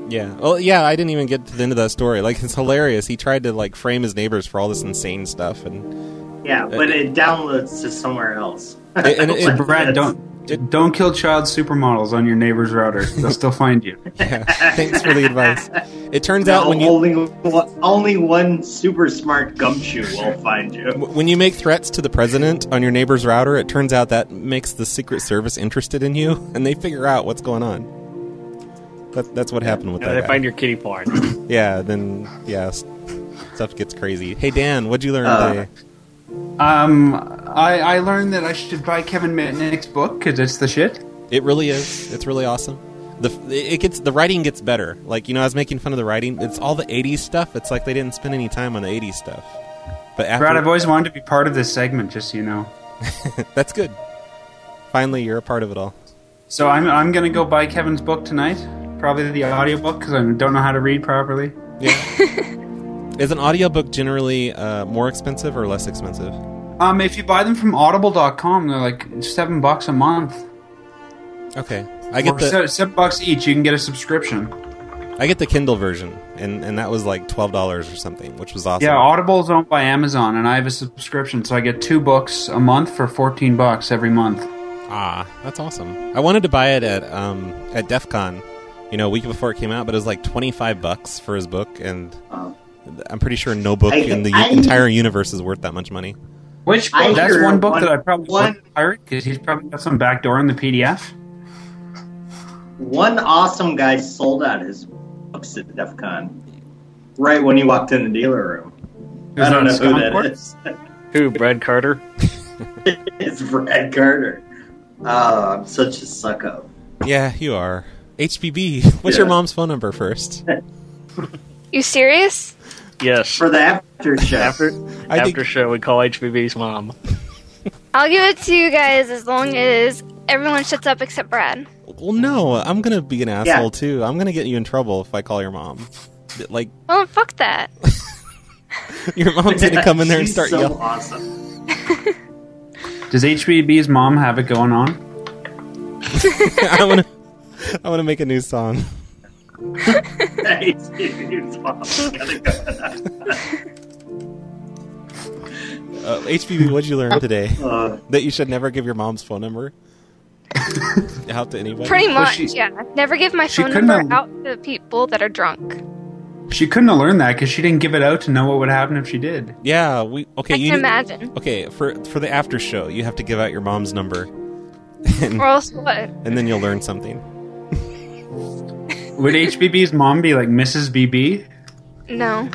Speaker 9: Yeah. Well, yeah, I didn't even get to the end of that story. Like, it's hilarious. He tried to, like, frame his neighbors for all this insane stuff, and
Speaker 10: Yeah, but it downloads to somewhere else. (laughs)
Speaker 7: so Brad, don't don't kill child supermodels on your neighbor's router. They'll still find
Speaker 9: (laughs)
Speaker 7: you.
Speaker 9: thanks for the advice. It turns
Speaker 10: No,
Speaker 9: out when you
Speaker 10: only one- only one super smart gumshoe will find you.
Speaker 9: when you make threats to the president on your neighbor's router, it turns out that makes the Secret Service interested in you, (laughs) and they figure out what's going on. That, that's what happened with
Speaker 6: And
Speaker 9: that.
Speaker 6: they
Speaker 9: guy.
Speaker 6: find your kitty porn.
Speaker 9: yeah, then yeah, s- stuff gets crazy. Hey Dan, what'd you learn
Speaker 7: Uh,
Speaker 9: today?
Speaker 7: Um, I I learned that I should buy Kevin Mitnick's book because it's the shit.
Speaker 9: It really is. It's really awesome. The f- it gets the writing gets better. Like you know, I was making fun of the writing. It's all the '80s stuff. It's like they didn't spend any time on the '80s stuff. But after
Speaker 7: Brad, I've always wanted to be part of this segment, just so you know.
Speaker 9: (laughs) that's good. Finally, you're a part of it all.
Speaker 7: So I'm I'm gonna go buy Kevin's book tonight. Probably the audiobook because I don't know how to read properly.
Speaker 9: Is an audiobook generally uh, more expensive or less expensive?
Speaker 7: Um, if you buy them from Audible.com, they're like seven bucks a month.
Speaker 9: Okay, I get
Speaker 7: Or
Speaker 9: the-
Speaker 7: se- seven bucks each. You can get a subscription.
Speaker 9: I get the Kindle version, and, and that was like twelve dollars or something, which was awesome.
Speaker 7: Yeah, Audible's owned by Amazon, and I have a subscription, so I get two books a month for fourteen bucks every month.
Speaker 9: Ah, that's awesome. I wanted to buy it at um at DEF CON, you know, a week before it came out, but it was like twenty five bucks for his book, and I'm pretty sure no book
Speaker 10: I-
Speaker 9: in the
Speaker 10: I-
Speaker 9: entire universe is worth that much money.
Speaker 10: Which
Speaker 7: Well, that's one book that I probably won't pirate because he's probably got some backdoor in the PDF.
Speaker 10: One awesome guy sold out his books at DEF CON right when he walked in the dealer room. I don't know who that is. (laughs)
Speaker 6: Who? Brad Carter.
Speaker 10: It's Brad Carter. Oh, I'm such a suck up.
Speaker 9: Yeah, you are. HBB. (laughs) What's your mom's phone
Speaker 10: (laughs)
Speaker 9: number first?
Speaker 12: You serious?
Speaker 6: Yes. For
Speaker 10: the after show.
Speaker 6: After,
Speaker 9: I
Speaker 6: after
Speaker 9: think-
Speaker 6: show, we call HBB's mom.
Speaker 12: I'll give it to you guys as long as everyone shuts up except Brad.
Speaker 9: Well, no, I'm gonna be an
Speaker 12: Yeah.
Speaker 9: asshole too. I'm gonna get you in trouble if I call your mom. Like
Speaker 12: Well, fuck
Speaker 9: (laughs)
Speaker 12: that.
Speaker 9: your mom's gonna come in there and
Speaker 10: She's
Speaker 9: start
Speaker 10: so
Speaker 9: yelling.
Speaker 10: awesome.
Speaker 7: Does HBB's mom have it going on?
Speaker 9: (laughs) I want to. I want to make a new song.
Speaker 10: It's- it's
Speaker 18: (laughs)
Speaker 16: (laughs)
Speaker 10: awesome.
Speaker 9: Uh, HBB, what'd you learn today?
Speaker 10: Uh.
Speaker 9: that you should never give your mom's phone number out to anybody.
Speaker 12: Pretty much, yeah. Never give my
Speaker 7: she
Speaker 12: phone
Speaker 7: couldn't
Speaker 12: number
Speaker 7: have-
Speaker 12: out to people that are drunk.
Speaker 7: She couldn't have learned that because she didn't give it out to know what would happen if she did.
Speaker 9: Yeah, we okay.
Speaker 12: I
Speaker 9: you
Speaker 12: can
Speaker 9: need-
Speaker 12: imagine.
Speaker 9: Okay, for for the after show, you have to give out your mom's number, (laughs) and,
Speaker 12: Or else what?
Speaker 9: and then you'll learn something.
Speaker 7: Would HBB's mom be like Mrs. BB?
Speaker 12: No.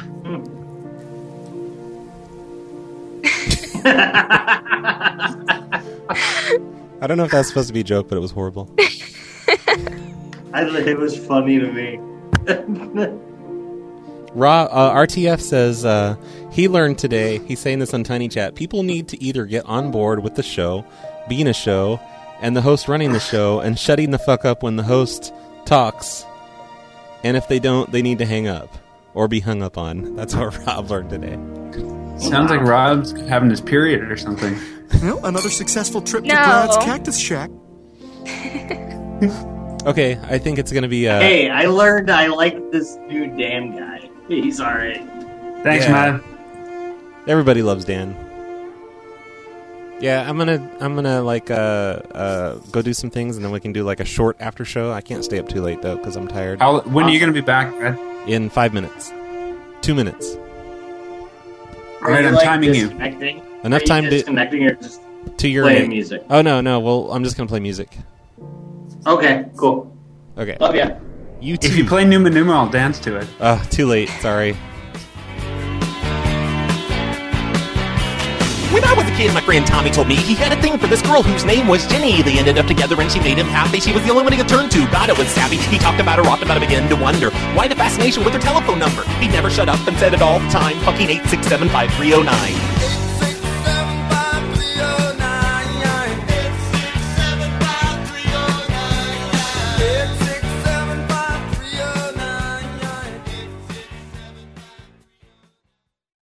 Speaker 9: I don't know if that's supposed to be a joke, but it was horrible.
Speaker 10: I thought it was funny to me.
Speaker 9: Ra, uh, RTF says uh, he learned today. He's saying this on Tiny Chat. People need to either get on board with the show, being a show, and the host running the show, and shutting the fuck up when the host talks. (laughs) And if they don't, they need to hang up or be hung up on. That's what Rob learned today.
Speaker 7: Sounds like Rob's having his period or something.
Speaker 20: (laughs) Well, another successful trip
Speaker 12: No.
Speaker 20: to Brad's Cactus Shack.
Speaker 9: Okay, I think it's going to be. Uh,
Speaker 10: hey, I learned I like this new Dan guy. He's alright.
Speaker 9: yeah. Everybody loves Dan. Yeah, I'm gonna I'm gonna like uh uh go do some things and then we can do like a short after show. I can't stay up too late though because I'm tired.
Speaker 7: How, when are you going to be back, Brad?
Speaker 9: In five minutes, two minutes,
Speaker 7: All right, I'm timing you.
Speaker 9: enough time to
Speaker 10: disconnecting or just
Speaker 9: to your
Speaker 10: playing music?
Speaker 9: Oh no no, well I'm just gonna play music.
Speaker 10: Okay, cool.
Speaker 9: Okay.
Speaker 10: Love ya.
Speaker 9: You
Speaker 7: If you play Numa Numa, I'll dance to it.
Speaker 9: Uh, too late. Sorry.
Speaker 21: When I was a kid, my friend Tommy told me he had a thing for this girl whose name was Jenny. They ended up together and she made him happy. She was the only one he could turn to. God, it was savvy. He talked about her often, but I began to wonder oh why the fascination with her telephone number. He never shut up and said it all the time. Fucking 8675309.